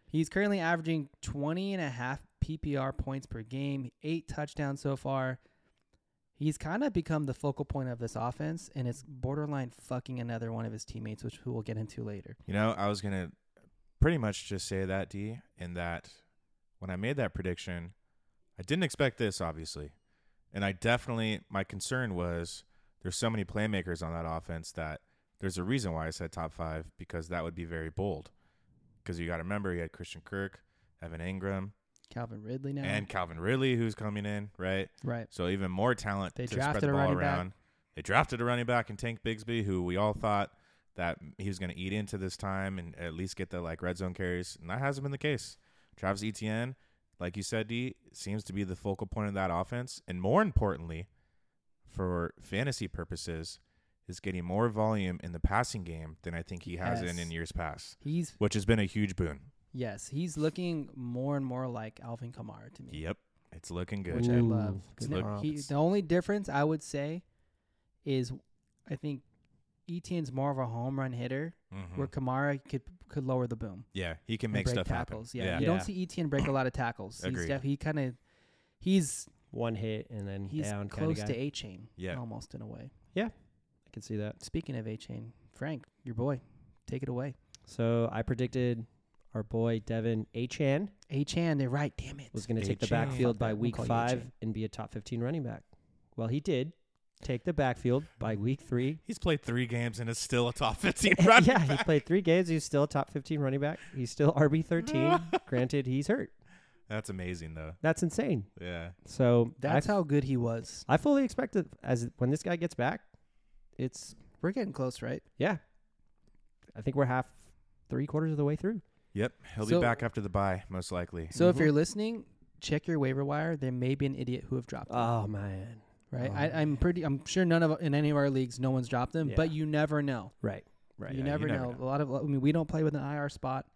S3: He's currently averaging 20 and a half PPR points per game, eight touchdowns so far. He's kind of become the focal point of this offense, and it's borderline fucking another one of his teammates, which who we'll get into later.
S2: You know, I was gonna pretty much just say that D, in that when I made that prediction, I didn't expect this, obviously, and I definitely my concern was there's so many playmakers on that offense that there's a reason why I said top five because that would be very bold. Because you got to remember, you had Christian Kirk, Evan Ingram,
S3: Calvin Ridley now.
S2: and Calvin Ridley, who's coming in, right?
S3: right.
S2: So even more talent
S3: They
S2: to
S3: drafted
S2: spread
S3: a
S2: the ball
S3: running back.
S2: around. They drafted a running back in Tank Bigsby, who we all thought that he was going to eat into this time and at least get the like red zone carries, and that hasn't been the case. Travis Etienne, like you said, D seems to be the focal point of that offense, and more importantly, for fantasy purposes, is getting more volume in the passing game than I think he has in
S3: Yes.
S2: in years past,
S3: He's,
S2: which has been a huge boon.
S3: yes, he's looking more and more like Alvin Kamara to me.
S2: Yep, it's looking good.
S3: which I love.
S1: good
S3: No,
S1: prompt.
S3: he- the only difference I would say is I think Etienne's more of a home run hitter,
S2: Mhm.
S3: where Kamara could could lower the boom
S2: Yeah, he can
S3: and
S2: make
S3: break
S2: stuff happen.
S3: tackles. Yeah, you
S1: Yeah.
S3: don't see Etienne break a lot of tackles. he's
S2: Agreed.
S3: def- he kind of he's
S1: One hit and then
S3: he's
S1: down kind of
S3: close
S1: guy.
S3: to A Chain,
S2: Yeah.
S3: almost in a way.
S1: I can see that.
S3: Speaking of A Chain, Frank, your boy, take it away.
S1: So I predicted our boy Devin Achan
S3: A Chan, they're right. Damn it.
S1: was going to take the
S2: Achane.
S1: backfield
S3: Fuck
S1: by
S3: that, we'll
S1: week
S3: call you
S1: five
S3: Achane.
S1: and be a top 15 running back. Well, he did take the backfield by week three.
S2: He's played three games and is still a top 15
S1: yeah,
S2: running
S1: he
S2: back.
S1: played three games. He's still a top 15 running back. He's still RB 13. Granted, he's hurt.
S2: That's amazing, though.
S1: That's insane.
S2: Yeah.
S1: So
S3: That's
S1: I,
S3: how good he was.
S1: I fully expect it as when this guy gets back, it's
S3: We're getting close, right?
S1: yeah. I think we're half, three quarters of the way through.
S2: Yep. He'll
S3: So-
S2: be back after the bye, most likely.
S3: So if
S1: Mhm.
S3: you're listening, check your waiver wire. There may be an idiot who have dropped. him.
S1: Oh man,
S3: right?
S1: Oh,
S2: Uh-huh.
S3: I, I'm pretty. I'm sure none of in any of our leagues, no one's dropped them. But
S1: Yeah.
S3: you never know.
S1: right, right.
S3: you,
S2: yeah,
S3: never know. A lot of. I mean, we don't play with an IR spot.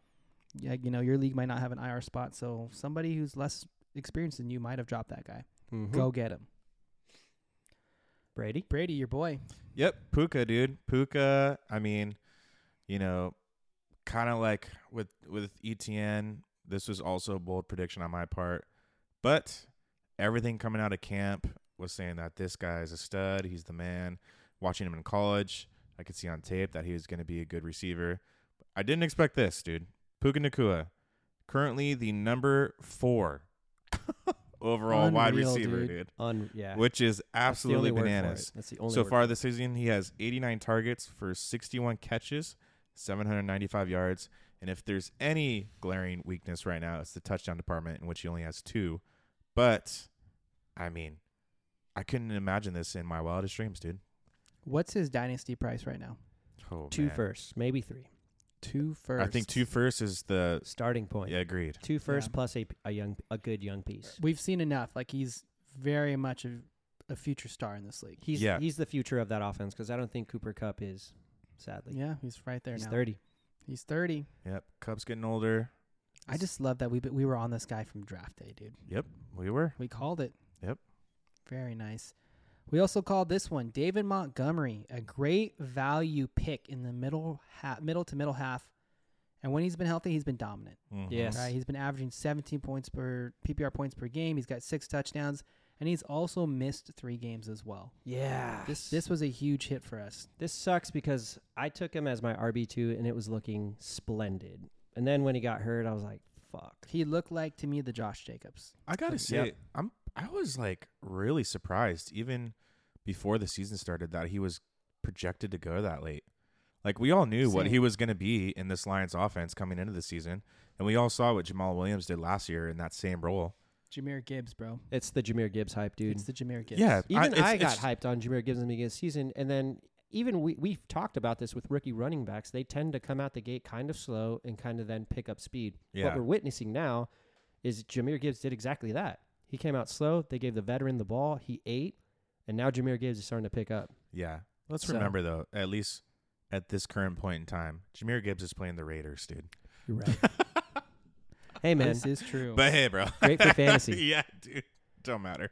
S3: Yeah, you know, your league might not have an IR spot, so somebody who's less experienced than you might have dropped that guy.
S1: Mhm.
S3: Go get him,
S1: Brady.
S3: Brady, your boy.
S2: Yep. Puka, dude. Puka, I mean, you know, kind of like with with ETN, this was also a bold prediction on my part. But everything coming out of camp was saying that this guy is a stud. He's the man. Watching him in college, I could see on tape that he was going to be a good receiver. I didn't expect this, dude. Puka Nakua, currently the number four overall wide
S3: Unreal,
S2: receiver,
S3: dude.
S2: dude.
S1: On yeah,
S2: Which is
S1: That's the only
S2: absolutely
S1: word for it.
S2: bananas
S1: That's the only
S2: so
S1: word
S2: far this season, he has 89 targets for 61 catches, 795 yards. And if there's any glaring weakness right now, it's the touchdown department, in which he only has two. But, I mean, I couldn't imagine this in my wildest dreams, dude.
S3: What's his dynasty price right now?
S2: Oh,
S1: Two
S2: man.
S1: firsts, maybe three.
S3: Two first.
S2: I think two first is the.
S1: Starting point.
S2: Yeah, agreed.
S1: Two firsts
S3: Yeah.
S1: plus a, p- a young a good young piece.
S3: We've seen enough. Like he's very much a, a future star in this league.
S1: He's
S2: Yeah.
S1: he's the future of that offense because I don't think Cooper Cup is, sadly.
S3: Yeah, he's right there
S1: he's
S3: now.
S1: thirty.
S3: He's thirty.
S2: Yep. Cubs getting older.
S3: I just love that we we were on this guy from draft day, dude.
S2: We were.
S3: We called it.
S2: Yep.
S3: Very nice. We also called this one David Montgomery, a great value pick in the middle half, middle to middle half. And when he's been healthy, he's been dominant.
S2: Mhm.
S1: Yes.
S3: Right? He's been averaging 17 points per PPR points per game. He's got six touchdowns, and he's also missed three games as well.
S1: Yeah.
S3: This this was a huge hit for us.
S1: this sucks because I took him as my RB two and it was looking splendid. And then when he got hurt, I was like, "Fuck."
S3: He looked like to me the Josh Jacobs.
S2: I gotta
S1: Yep.
S2: say, I'm I was like really surprised even before the season started that he was projected to go that late. Like we all knew what
S3: Same.
S2: he was going to be in this Lions offense coming into the season, and we all saw what Jamal Williams did last year in that same role.
S3: Jameer Gibbs, bro.
S1: It's the Jameer Gibbs hype, dude.
S3: It's the Jameer Gibbs.
S2: Yeah,
S1: even
S2: it's-
S1: I, got
S2: it's-
S1: hyped on Jameer Gibbs in the beginning of the season, and then even we we've talked about this with rookie running backs. They tend to come out the gate kind of slow and kind of then pick up speed. What
S2: Yeah.
S1: we're witnessing now is Jameer Gibbs did exactly that. He came out slow. They gave the veteran the ball. He ate, and now Jameer Gibbs is starting to pick up.
S2: Yeah, let's
S1: So-
S2: remember though, at least at this current point in time, Jameer Gibbs is playing the Raiders, dude.
S1: You're right. hey man,
S3: This is true.
S2: But hey, bro,
S1: great for fantasy.
S2: yeah, dude, Don't matter.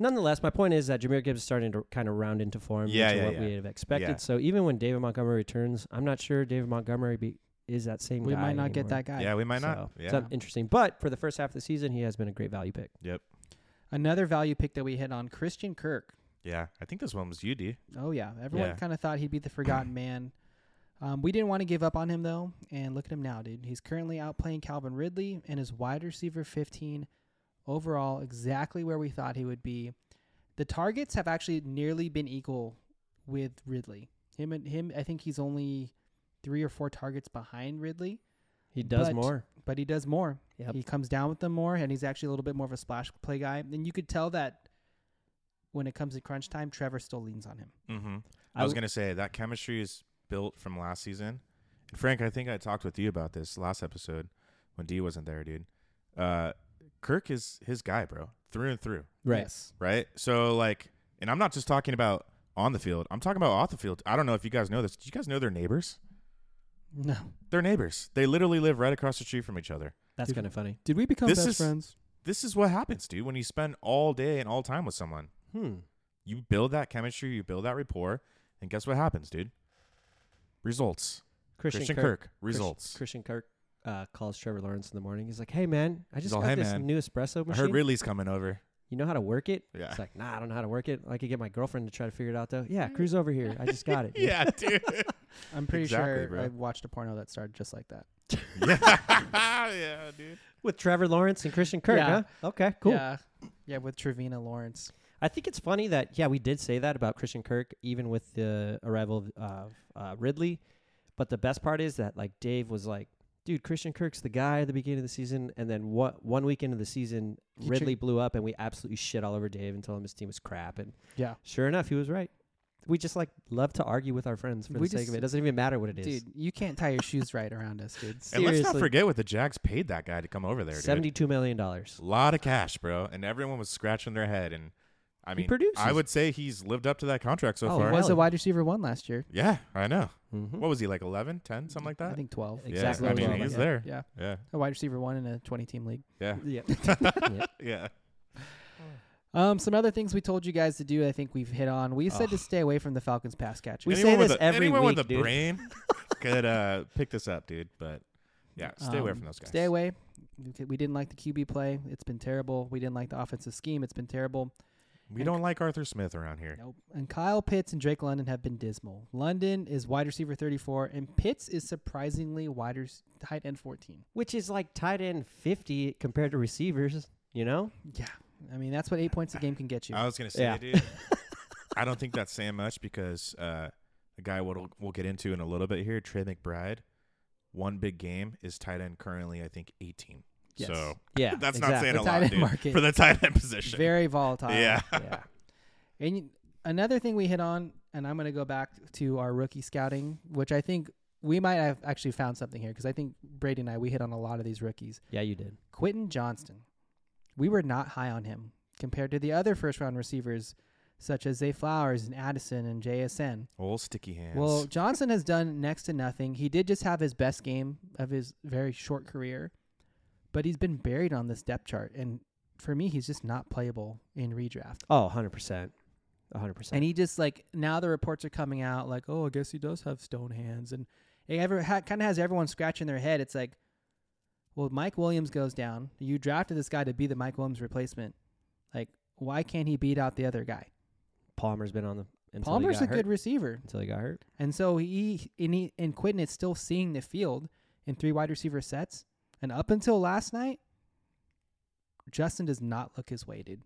S1: Nonetheless, my point is that Jameer Gibbs is starting to kind of round into form,
S2: Yeah,
S1: which
S2: yeah,
S1: is what
S2: yeah.
S1: we have expected.
S2: Yeah.
S1: So even when David Montgomery returns, I'm not sure David Montgomery be, is that same
S3: We
S1: guy.
S3: might not get
S1: anymore.
S3: that guy.
S2: yeah, we might not.
S1: So,
S2: Yeah.
S1: so interesting. But for the first half of the season, he has been a great value pick.
S3: Another value pick that we hit on Christian Kirk.
S2: yeah. I think this one was UD.
S3: Oh yeah, everyone
S2: Yeah.
S3: kind of thought he'd be the forgotten man. Um, we didn't want to give up on him though, and look at him now, dude. He's currently outplaying Calvin Ridley and is wide receiver 15 overall, exactly where we thought he would be. The targets have actually nearly been equal with Ridley. Him and him, I think he's only three or four targets behind Ridley,
S1: He does
S3: But-
S1: more.
S3: but he does more.
S1: Yep.
S3: He comes down with them more, and he's actually a little bit more of a splash play guy. And you could tell that when it comes to crunch time, Trevor still leans on him.
S2: Mm-hmm.
S1: I
S2: I was
S1: w-
S2: going to say that chemistry is built from last season. And Frank, I think I talked with you about this last episode when D wasn't there, dude. Uh, Kirk is his guy, bro, through and through,
S1: Right.
S3: Yes.
S2: right? So, like, and I'm not just talking about on the field, I'm talking about off the field. I don't know if you guys know this. Do you guys know their neighbors?
S3: No.
S2: They're neighbors. They literally live right across the street from each other.
S1: That's
S3: Dude.
S1: kind of funny.
S3: Did we become
S2: This
S3: best
S2: is-
S3: friends?
S2: This is what happens, dude, when you spend all day and all time with someone.
S1: Hmm.
S2: You build that chemistry, you build that rapport, and guess what happens, dude? Results.
S1: Christian,
S2: Christian,
S1: Kirk.
S2: Kirk, results.
S1: Christian Kirk uh, calls Trevor Lawrence in the morning. He's like, "Hey man, I just
S2: all,
S1: got
S2: "Hey,
S1: this
S2: man,
S1: new espresso
S2: I
S1: machine.
S2: heard Ridley's coming over.
S1: you know how to work it?"
S2: Yeah.
S1: It's like, "Nah, I don't know how to work it. I could get my girlfriend to try to figure it out though." Yeah, cruise over here. I just got it.
S2: yeah, dude.
S3: I'm pretty
S2: Exactly,
S3: sure
S2: bro.
S3: I watched a porno that started just like that.
S2: yeah. yeah, dude.
S1: With Trevor Lawrence and Christian Kirk,
S3: Yeah.
S1: huh? Okay, cool.
S3: Yeah. Yeah, with Trevina Lawrence.
S1: I think it's funny that yeah, we did say that about Christian Kirk, even with the arrival of of, uh, Ridley. But the best part is that like Dave was like, "Dude, Christian Kirk's the guy at the beginning of the season," and then what one week into the season,
S3: He
S1: Ridley blew up, and we absolutely shit all over Dave and told him his team was crap. And
S3: Yeah.
S1: sure enough, he was right. We just like love to argue with our friends for
S3: We
S1: the sake of
S3: just-
S1: it. It doesn't even matter what it is.
S3: Dude, you can't tie your shoes right around us, dude.
S2: And let's not
S1: Seriously.
S2: forget what the Jags paid that guy to come over there, dude.
S1: Seventy-two million dollars.
S2: A lot of cash, bro. And everyone was scratching their head. And I
S1: He
S2: mean,
S1: produces.
S2: I would say he's lived up to that contract so
S1: Oh,
S2: far.
S1: Or
S3: He was
S1: Allen.
S3: a wide receiver one last year.
S2: Yeah, I know.
S1: Mm-hmm.
S2: What was he, like 11, 10, something like
S3: I
S2: that?
S3: think 12.
S1: Yeah, Exactly.
S2: I
S1: Well,
S2: mean,
S1: yeah.
S2: he's
S3: yeah.
S2: there.
S3: Yeah.
S2: Yeah.
S3: A wide receiver one in a 20 team league.
S2: Yeah.
S1: yeah.
S2: Yeah.
S3: Um, some other things we told you guys to do, I think we've hit on. We said to
S2: Ugh.
S3: stay away from the Falcons pass catcher.
S1: We
S2: anyone
S1: say
S2: with
S1: this
S2: a,
S1: every
S2: anyone
S1: week,
S2: with a
S1: dude.
S2: brain could uh, pick this up, dude. But yeah, stay away
S3: Um,
S2: from those guys.
S3: Stay away. We c- We didn't like the QB play. It's been terrible. We didn't like the offensive scheme. It's been terrible.
S2: We don't like Arthur Smith around here.
S3: Nope. And Kyle Pitts and Drake London have been dismal. London is wide receiver 34, and Pitts is surprisingly wide rec- tight end 14.
S1: Which is like tight end fifty compared to receivers. You know,
S3: Yeah. I mean, that's what eight points a game can get you.
S2: I was gonna say,
S1: Yeah.
S2: dude. I don't think that's saying much because uh, the guy we'll we'll get into in a little bit here, Trey McBride, one big game is tight end currently. I think eighteen.
S3: Yes.
S2: So
S1: yeah,
S2: that's
S1: exactly.
S2: not saying
S3: The
S2: a
S3: tight
S2: lot,
S3: end
S2: dude,
S3: market.
S2: for the tight end position.
S3: Very volatile.
S2: yeah,
S1: yeah.
S3: And you- another thing we hit on, and I'm going to go back to our rookie scouting, which I think we might have actually found something here because I think Brady and I, we hit on a lot of these rookies.
S1: Yeah, you did.
S3: Quinton Johnston. We were not high on him compared to the other first round receivers such as Zay Flowers and Addison and JSN.
S2: old sticky hands.
S3: Well, Johnson has done next to nothing. He did just have his best game of his very short career, but he's been buried on this depth chart. And for me, he's just not playable in redraft.
S1: Oh, 100%. 100%.
S3: And he just like now the reports are coming out like, oh, I guess he does have stone hands, and it ever ha- kind of has everyone scratching their head. It's like, well, Mike Williams goes down. You drafted this guy to be the Mike Williams replacement. Like, why can't he beat out the other guy?
S1: Palmer's been on the until he
S3: Palmer's
S1: got
S3: a
S1: hurt.
S3: good receiver.
S1: until he got hurt.
S3: And so he and, he and Quinton is still seeing the field in three wide receiver sets. And up until last night, Justin does not look his way, dude.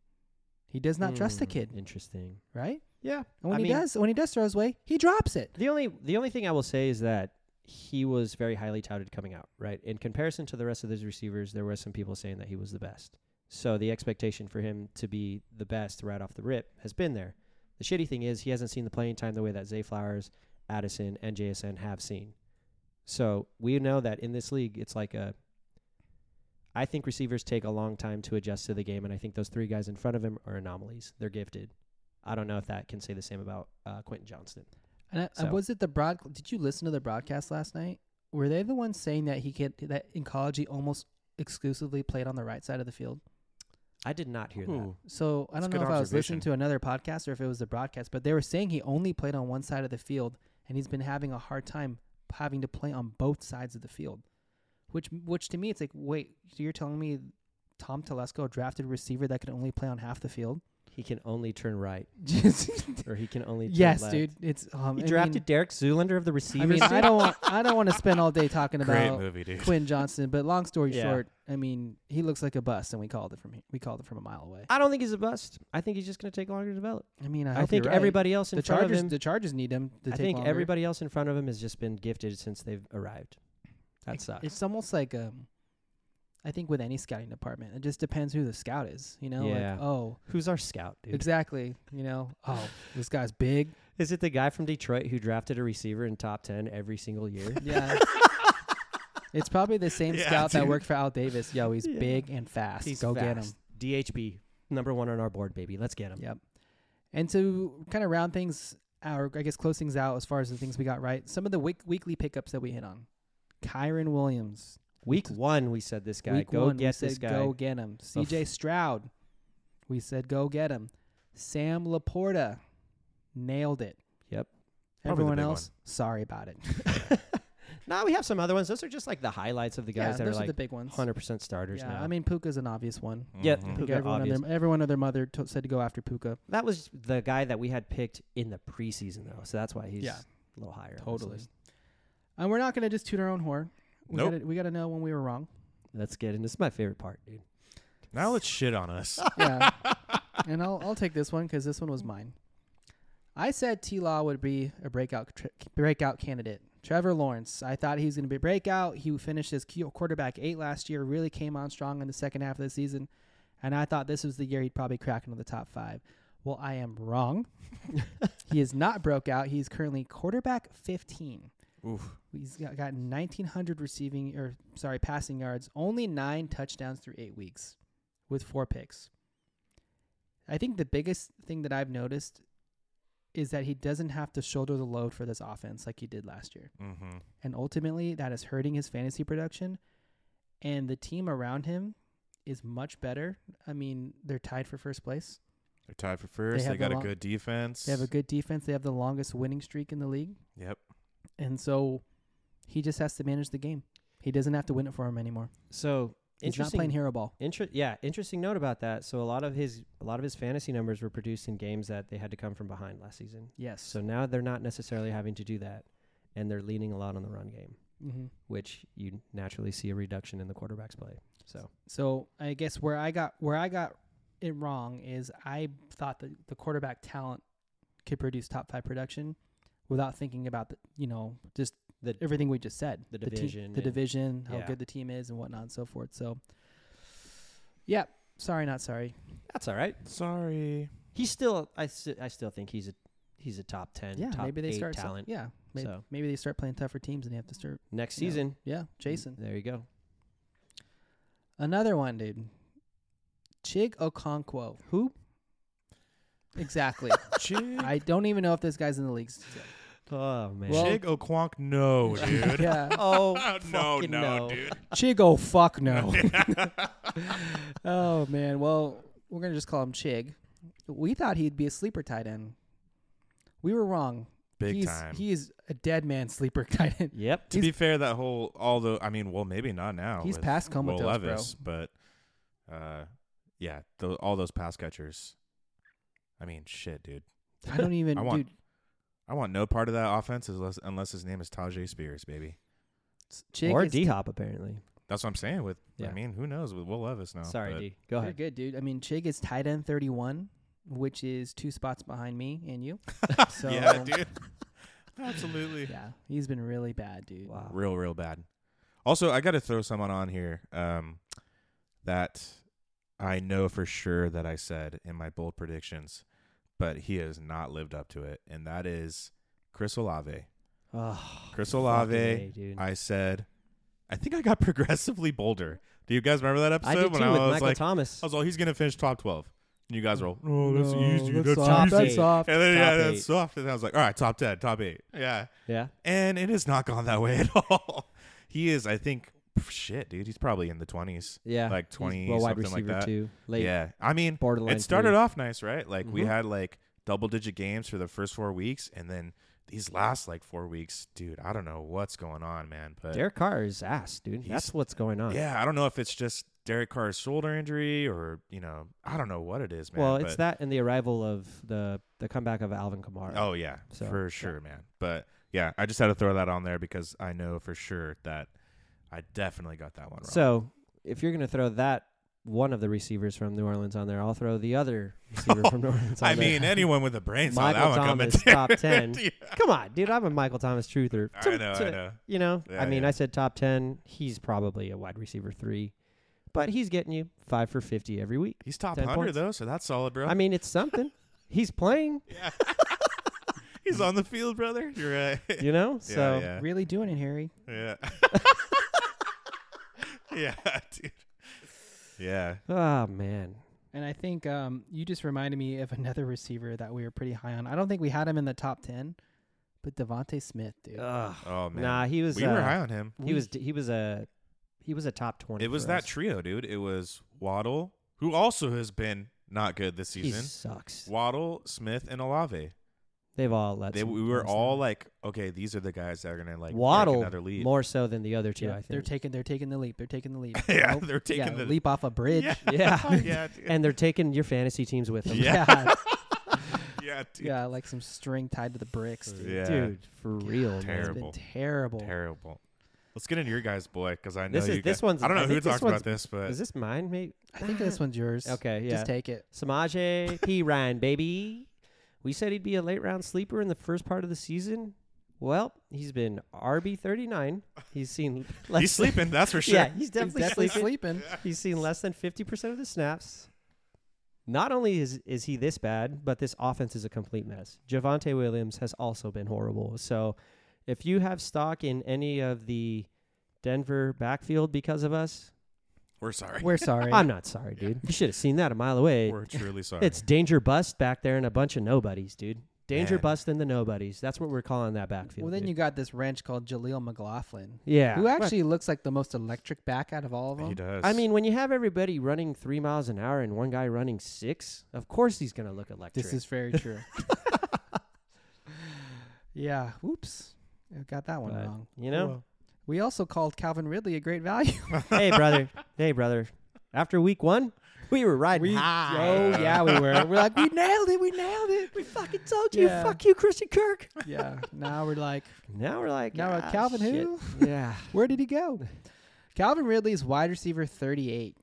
S3: He does not trust the
S1: Hmm,
S3: kid,
S1: Interesting.
S3: right?
S1: Yeah.
S3: And when
S1: I
S3: he
S1: mean-
S3: does, when he does throw his way, he drops it.
S1: The only the only thing I will say is that he was very highly touted coming out, right? In comparison to the rest of those receivers, there were some people saying that he was the best. So the expectation for him to be the best right off the rip has been there. The shitty thing is he hasn't seen the playing time the way that Zay Flowers, Addison, and JSN have seen. So we know that in this league, it's like a. I think receivers take a long time to adjust to the game, and I think those three guys in front of him are anomalies. They're gifted. I don't know if that can say the same about uh, Quentin Johnston.
S3: And I, I-
S1: So-
S3: was it the broad? Did you listen to the broadcast last night? Were they the ones saying that he can that in college he almost exclusively played on the right side of the field?
S1: I did not hear that.
S2: Ooh.
S3: So I
S2: That's
S3: don't know
S2: good
S3: if I was listening
S2: observation.
S3: to another podcast or if it was the broadcast, but they were saying he only played on one side of the field, and he's been having a hard time having to play on both sides of the field. Which, which to me, it's like, wait, so you're telling me Tom Telesco, a drafted receiver that could only play on half the field?
S1: He can only turn right,
S3: Just-
S1: or he can only turn
S3: yes,
S1: left.
S3: dude. It's um,
S1: He
S3: I
S1: drafted
S3: mean-
S1: Derek Zoolander of the
S3: I
S1: receivers.
S3: mean, I don't, want, I don't want to spend all day talking
S2: Great
S3: about
S2: movie, dude.
S3: Quinn Johnson, but long story
S1: Yeah.
S3: short, I mean, he looks like a bust, and we called it from he- we called it from a mile away.
S1: I don't think he's a bust. I think he's just going to take longer to develop.
S3: I mean, I, hope
S1: I,
S3: you're
S1: think
S3: right.
S1: everybody else in
S3: the
S1: front
S3: Chargers
S1: of him.
S3: the Chargers need him to
S1: I
S3: take
S1: think
S3: longer.
S1: everybody else in front of him has just been gifted since they've arrived. That
S3: It-
S1: sucks.
S3: It's almost like um, I think with any scouting department, it just depends who the scout is. You know,
S1: Yeah.
S3: like oh,
S1: Who's our scout, dude?
S3: exactly. You know, oh, this guy's big.
S1: Is it the guy from Detroit who drafted a receiver in top ten every single year?
S3: Yeah. It's probably the same
S2: Yeah,
S3: scout that
S2: dude.
S3: worked for Al Davis. Yo, he's
S1: Yeah.
S3: big and fast.
S1: He's
S3: Go get him.
S1: fast. DHB number one on our board, baby. Let's get him.
S3: Yep. And to kind of round things out, or I guess close things out as far as the things we got right, some of the week- weekly pickups that we hit on. Kyron Williams.
S1: Week one, we said this guy.
S3: Week
S1: go
S3: one, we
S1: get
S3: said
S1: this guy.
S3: go get him. CJ Stroud, we said go get him. Sam Laporta, nailed it.
S1: Yep.
S2: Probably the
S3: Everyone
S2: big
S3: else, sorry about it.
S1: now we have some other ones. Those are just like the highlights of the
S3: yeah,
S1: guys that are
S3: those are
S1: like
S3: the big ones.
S1: hundred percent starters
S3: yeah,
S1: now.
S3: I mean Puka's an obvious one.
S1: Yeah,
S3: I
S2: Mhm.
S3: think
S1: Puka,
S3: everyone and
S1: obvious.
S3: their, everyone and their mother to said to go after Puka.
S1: that was the guy that we had picked in the preseason though, so that's why he's
S3: Yeah.
S1: a little higher. on this
S3: Totally.
S1: list.
S3: And we're not going to just toot our own horn. We
S2: Nope.
S3: gotta, we got to know when we were wrong.
S1: Let's get in. This is my favorite part, dude.
S2: Now let's shit on us.
S3: yeah. And I'll I'll take this one because this one was mine. I said T Law would be a breakout tr- breakout candidate. Trevor Lawrence. I thought he was going to be a breakout. He finished as Q- quarterback eight last year. Really came on strong in the second half of the season, and I thought this was the year he'd probably crack into the top five. Well, I am wrong. he is not broke out. He's currently quarterback fifteen.
S2: Oof.
S3: He's got, got 1,900 receiving or sorry passing yards, only nine touchdowns through eight weeks, with four picks. I think the biggest thing that I've noticed is that he doesn't have to shoulder the load for this offense like he did last year,
S2: Mm-hmm.
S3: and ultimately that is hurting his fantasy production. And the team around him is much better. I mean, they're tied for first place.
S2: They're tied for first. They,
S3: have the
S2: got a
S3: long-
S2: good defense.
S3: They have a good defense. They have the longest winning streak in the league,
S2: yep.
S3: and so he just has to manage the game. He doesn't have to win it for him anymore.
S1: So
S3: He's not playing hero ball.
S1: Inter- yeah, interesting note about that. So a lot of his a lot of his fantasy numbers were produced in games that they had to come from behind last season.
S3: Yes.
S1: So now they're not necessarily having to do that, and they're leaning a lot on the run game,
S3: mm-hmm.
S1: which you naturally see a reduction in the quarterback's play. So
S3: so I guess where I got where I got it wrong is I thought that the quarterback talent could produce top five production without thinking about the you know just
S1: The-
S3: everything we just said
S1: the
S3: team-
S1: division
S3: the
S1: and-
S3: division how
S1: yeah.
S3: good the team is and whatnot and so forth so yeah sorry not sorry
S1: that's all right.
S2: Sorry.
S1: He's still I, s- I still think he's a he's a top ten.
S3: yeah
S1: top
S3: maybe they
S1: eight
S3: start some-
S1: talent
S3: yeah maybe,
S1: So. Mm-hmm.
S3: maybe they start playing tougher teams and they have to start
S1: next
S3: you know,
S1: season.
S3: yeah Jason
S1: there you go.
S3: another one dude Chig Okonkwo
S1: Who?
S3: exactly
S2: Chig,
S3: I don't even know if this guy's in the league. still.
S1: Oh man.
S3: Well-
S2: Chig Oquonk, no, dude.
S3: yeah.
S1: oh
S2: no, no,
S1: fucking no.
S2: dude.
S3: Chigo, fuck no. oh, man. Well, we're going to just call him Chig. We thought he'd be a sleeper tight end. We were wrong.
S2: Big
S3: he's,
S2: time.
S3: He is a dead man sleeper tight end.
S1: Yep.
S2: to be fair, that whole although I mean, well, maybe not now.
S3: He's
S2: with
S3: past
S2: Will
S3: comatose, bro.
S2: Levis, but uh, yeah, tho- all those pass catchers. I mean, shit, dude.
S3: I don't even,
S2: I want-
S3: dude.
S2: I want no part of that offense unless unless his name is Tajay Spears, baby.
S3: Chig
S1: or
S3: is-
S1: D Hop apparently.
S2: That's what I'm saying. With
S1: Yeah.
S2: I mean, who knows with Will Levis now?
S1: Sorry,
S2: but
S1: D. Go
S3: You're
S1: ahead.
S3: good, dude. I mean, Chig is tight end 31, which is two spots behind me and you. so,
S2: yeah, dude. Absolutely.
S3: yeah, he's been really bad, dude.
S1: Wow.
S2: real real bad. Also, I got to throw someone on here um, that I know for sure that I said in my bold predictions, but he has not lived up to it, and that is Chris Olave.
S1: Oh,
S2: Chris
S1: fucking
S2: Olave,
S1: A, dude.
S2: I said, I think I got progressively bolder. Do you guys remember that episode
S1: I did too with
S2: when I was
S1: Michael
S2: like,
S1: Thomas.
S2: I was all, he's gonna finish top twelve, and you guys were all, oh, that's
S3: No,
S2: easy,
S3: that's
S2: that's,
S3: soft,
S2: easy,
S3: that's
S1: Top
S3: soft.
S2: and then yeah,
S1: Top eight.
S2: that's soft, and I was like, all right, top ten, top eight, yeah.
S1: yeah.
S2: and it has not gone that way at all. He is, I think, shit, dude, he's probably in the twenties,
S1: Yeah.
S2: like
S1: He's-
S2: twenty
S1: well, wide
S2: something
S1: receiver
S2: like that.
S1: too. Late
S2: Yeah, I mean,
S1: borderline.
S2: it started
S1: three.
S2: off nice, right? Like we
S1: Mhm.
S2: had like double digit games for the first four weeks, and then these last like four weeks, dude, I don't know what's going on, man. But
S1: Derek Carr is ass, dude. That's
S2: He's-
S1: what's going on.
S2: yeah, I don't know if it's just Derek Carr's shoulder injury or you know, I don't know what it is, man.
S1: well,
S2: but,
S1: it's that and the arrival of the the comeback of Alvin Kamara.
S2: Oh yeah,
S1: So, yeah.
S2: for sure, man. But yeah, I just had to throw that on there because I know for sure that I definitely got that one wrong.
S1: So if you're gonna throw that one of the receivers from New Orleans on there, I'll throw the other receiver from New Orleans. On
S2: I
S1: there.
S2: mean, anyone with a brain saw
S1: Michael
S2: that one coming.
S1: Thomas, top 10.
S2: Yeah.
S1: come on, dude. I'm a Michael Thomas truther.
S2: I
S1: To-
S2: know,
S1: to-
S2: I know.
S1: You know,
S2: Yeah,
S1: I mean,
S2: yeah.
S1: I said top ten. He's probably a wide receiver three, but he's getting you five for fifty every week.
S2: He's top
S1: 10
S2: hundred
S1: points.
S2: though, so that's solid, bro.
S1: I mean, it's something. he's playing,
S2: He's on the field, brother. You're right. Yeah,
S1: you know. so
S2: yeah,
S3: Really doing it, Harry.
S2: yeah. yeah, dude. Yeah.
S1: Oh man.
S3: And I think um, you just reminded me of another receiver that we were pretty high on. I don't think we had him in the top ten, but Devonte Smith, dude.
S1: Ugh.
S2: Oh man.
S1: Nah, he was.
S2: we
S1: uh,
S2: were high on him.
S1: He was. He was a. He was a top twenty.
S2: It was
S1: for
S2: that
S1: us.
S2: trio, dude. It was Waddle, who also has been not good this
S1: he
S2: season.
S1: sucks.
S2: Waddle, Smith, and Olave.
S1: They've all let.
S2: They,
S1: some
S2: we were
S1: points
S2: all
S1: down.
S2: like, okay, these are the guys that are gonna like break
S1: Waddle
S2: another lead.
S1: more so than the other two.
S3: Yeah,
S1: I
S3: they're
S1: think.
S3: taking they're taking the leap. They're taking the leap.
S2: yeah,
S3: Nope.
S2: they're taking
S3: yeah,
S2: the
S3: leap off a bridge.
S2: Yeah,
S1: Yeah.
S2: yeah, dude.
S1: and they're taking your fantasy teams with them.
S2: Yeah.
S3: yeah,
S2: yeah, dude.
S3: yeah, like some string tied to the bricks. Dude.
S2: Yeah.
S1: Dude, for real. man.
S3: It's
S2: Terrible.
S3: been terrible.
S2: terrible. Let's get into your guys, boy, because I know
S1: This is-
S2: you
S1: this
S2: guys-
S1: one's-
S2: I don't know
S1: I
S2: who
S1: think this
S2: talked about
S1: one's-
S2: this, but
S1: Is this mine? Maybe.
S3: I think this one's yours.
S1: Okay. Yeah.
S3: Just take it.
S1: Samaje P. Ryan, baby. We said he'd be a late round sleeper in the first part of the season. Well, he's been RB thirty nine. He's seen. Less
S2: he's
S1: than-
S2: sleeping. That's for sure.
S1: Yeah, he's definitely,
S3: He's definitely
S1: sleeping.
S3: sleeping.
S1: He's seen less than 50% of the snaps. Not only is, is he this bad, but this offense is a complete mess. Javante Williams has also been horrible. So if you have stock in any of the Denver backfield because of us,
S2: We're sorry.
S3: We're sorry.
S1: I'm not sorry, dude. You should have seen that a mile away.
S2: We're truly sorry.
S1: It's danger bust back there and a bunch of nobodies, dude. Danger
S2: Man.
S1: bust and the nobodies. That's what we're calling that backfield.
S3: well, then you
S1: dude.
S3: got this wrench called Jaleel McLaughlin,
S1: yeah.
S3: who actually looks like the most electric back out of all of them.
S2: he does.
S1: I mean, when you have everybody running three miles an hour and one guy running six, of course he's gonna look electric.
S3: This is very true. yeah. Whoops. I got that one
S1: But,
S3: wrong.
S1: you know?
S3: Whoa. We also called Calvin Ridley a great value.
S1: hey brother, hey brother. After week one, we were riding
S3: We-
S1: high.
S3: oh yeah, we were. We're like, we nailed it. We nailed it.
S1: we fucking told
S3: you, Yeah. fuck
S1: you, Christian Kirk.
S3: Yeah. Now we're like,
S1: Now we're like,
S3: now
S1: ah,
S3: uh, Calvin
S1: shit.
S3: who?
S1: Yeah,
S3: Where did he go? Calvin Ridley's wide receiver 38.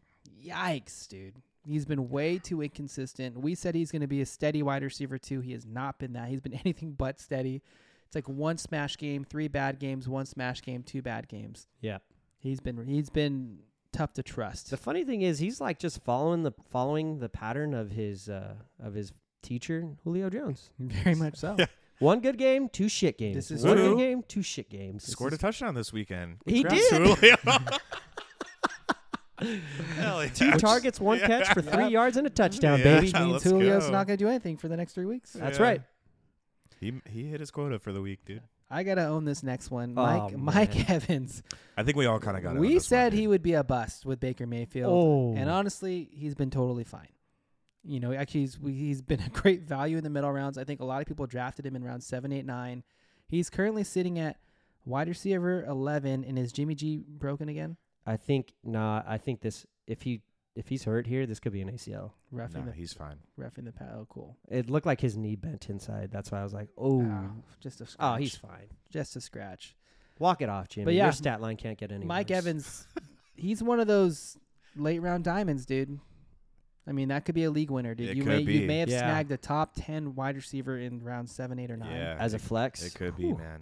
S3: Yikes, dude. He's been way too inconsistent. We said he's going to be a steady wide receiver too. He has not been that. He's been anything but steady. It's like one smash game, three bad games, one smash game, two bad games.
S1: yeah.
S3: He's been he's been tough to trust.
S1: The funny thing is, he's like just following the following the pattern of his uh of his teacher Julio Jones.
S3: Very much so.
S1: One good game, two shit games.
S3: This is
S1: one
S2: true.
S1: good game, two shit games. This
S2: scored a
S1: is-
S2: touchdown this weekend.
S1: He
S2: Congrats,
S1: did.
S2: Julio. Hell yeah.
S1: two targets, one catch for three
S3: Yep.
S1: yards and a touchdown,
S2: Yeah.
S1: baby.
S3: Which means
S2: let's
S3: Julio's
S2: go.
S3: not going to do anything for the next three weeks.
S1: That's
S2: Yeah.
S1: right.
S2: He he hit his quota for the week, dude.
S3: I got to own this next one.
S1: Oh,
S3: Mike Mike
S1: man.
S3: Evans.
S2: I think we all kind of got.
S3: we said he would be a bust with Baker Mayfield.
S1: Oh.
S3: And honestly, he's been totally fine. You know, actually, he's, we, he's been a great value in the middle rounds. I think a lot of people drafted him in round seven, eight, nine. He's currently sitting at wide receiver 11. And is Jimmy G broken again?
S1: I think nah. I think this if he if he's hurt here, this could be an ACL.
S3: Roughing
S2: No,
S3: the
S2: he's fine.
S3: roughing the pat. Oh, cool.
S1: It looked like his knee bent inside. That's why I was like, oh,
S3: Ah, just a scratch.
S1: oh, he's fine.
S3: just a scratch.
S1: Walk it off, Jimmy.
S3: But yeah,
S1: Your stat line can't get any.
S3: Mike
S1: worse.
S3: Evans, he's one of those late round diamonds, dude. I mean, that could be a league winner, dude.
S2: It
S3: you
S2: could
S3: may you
S2: be.
S3: may have
S1: Yeah.
S3: snagged a top ten wide receiver in round seven, eight, or nine.
S2: Yeah,
S1: as a
S2: it,
S1: flex.
S2: it could be,
S1: Whew.
S2: man.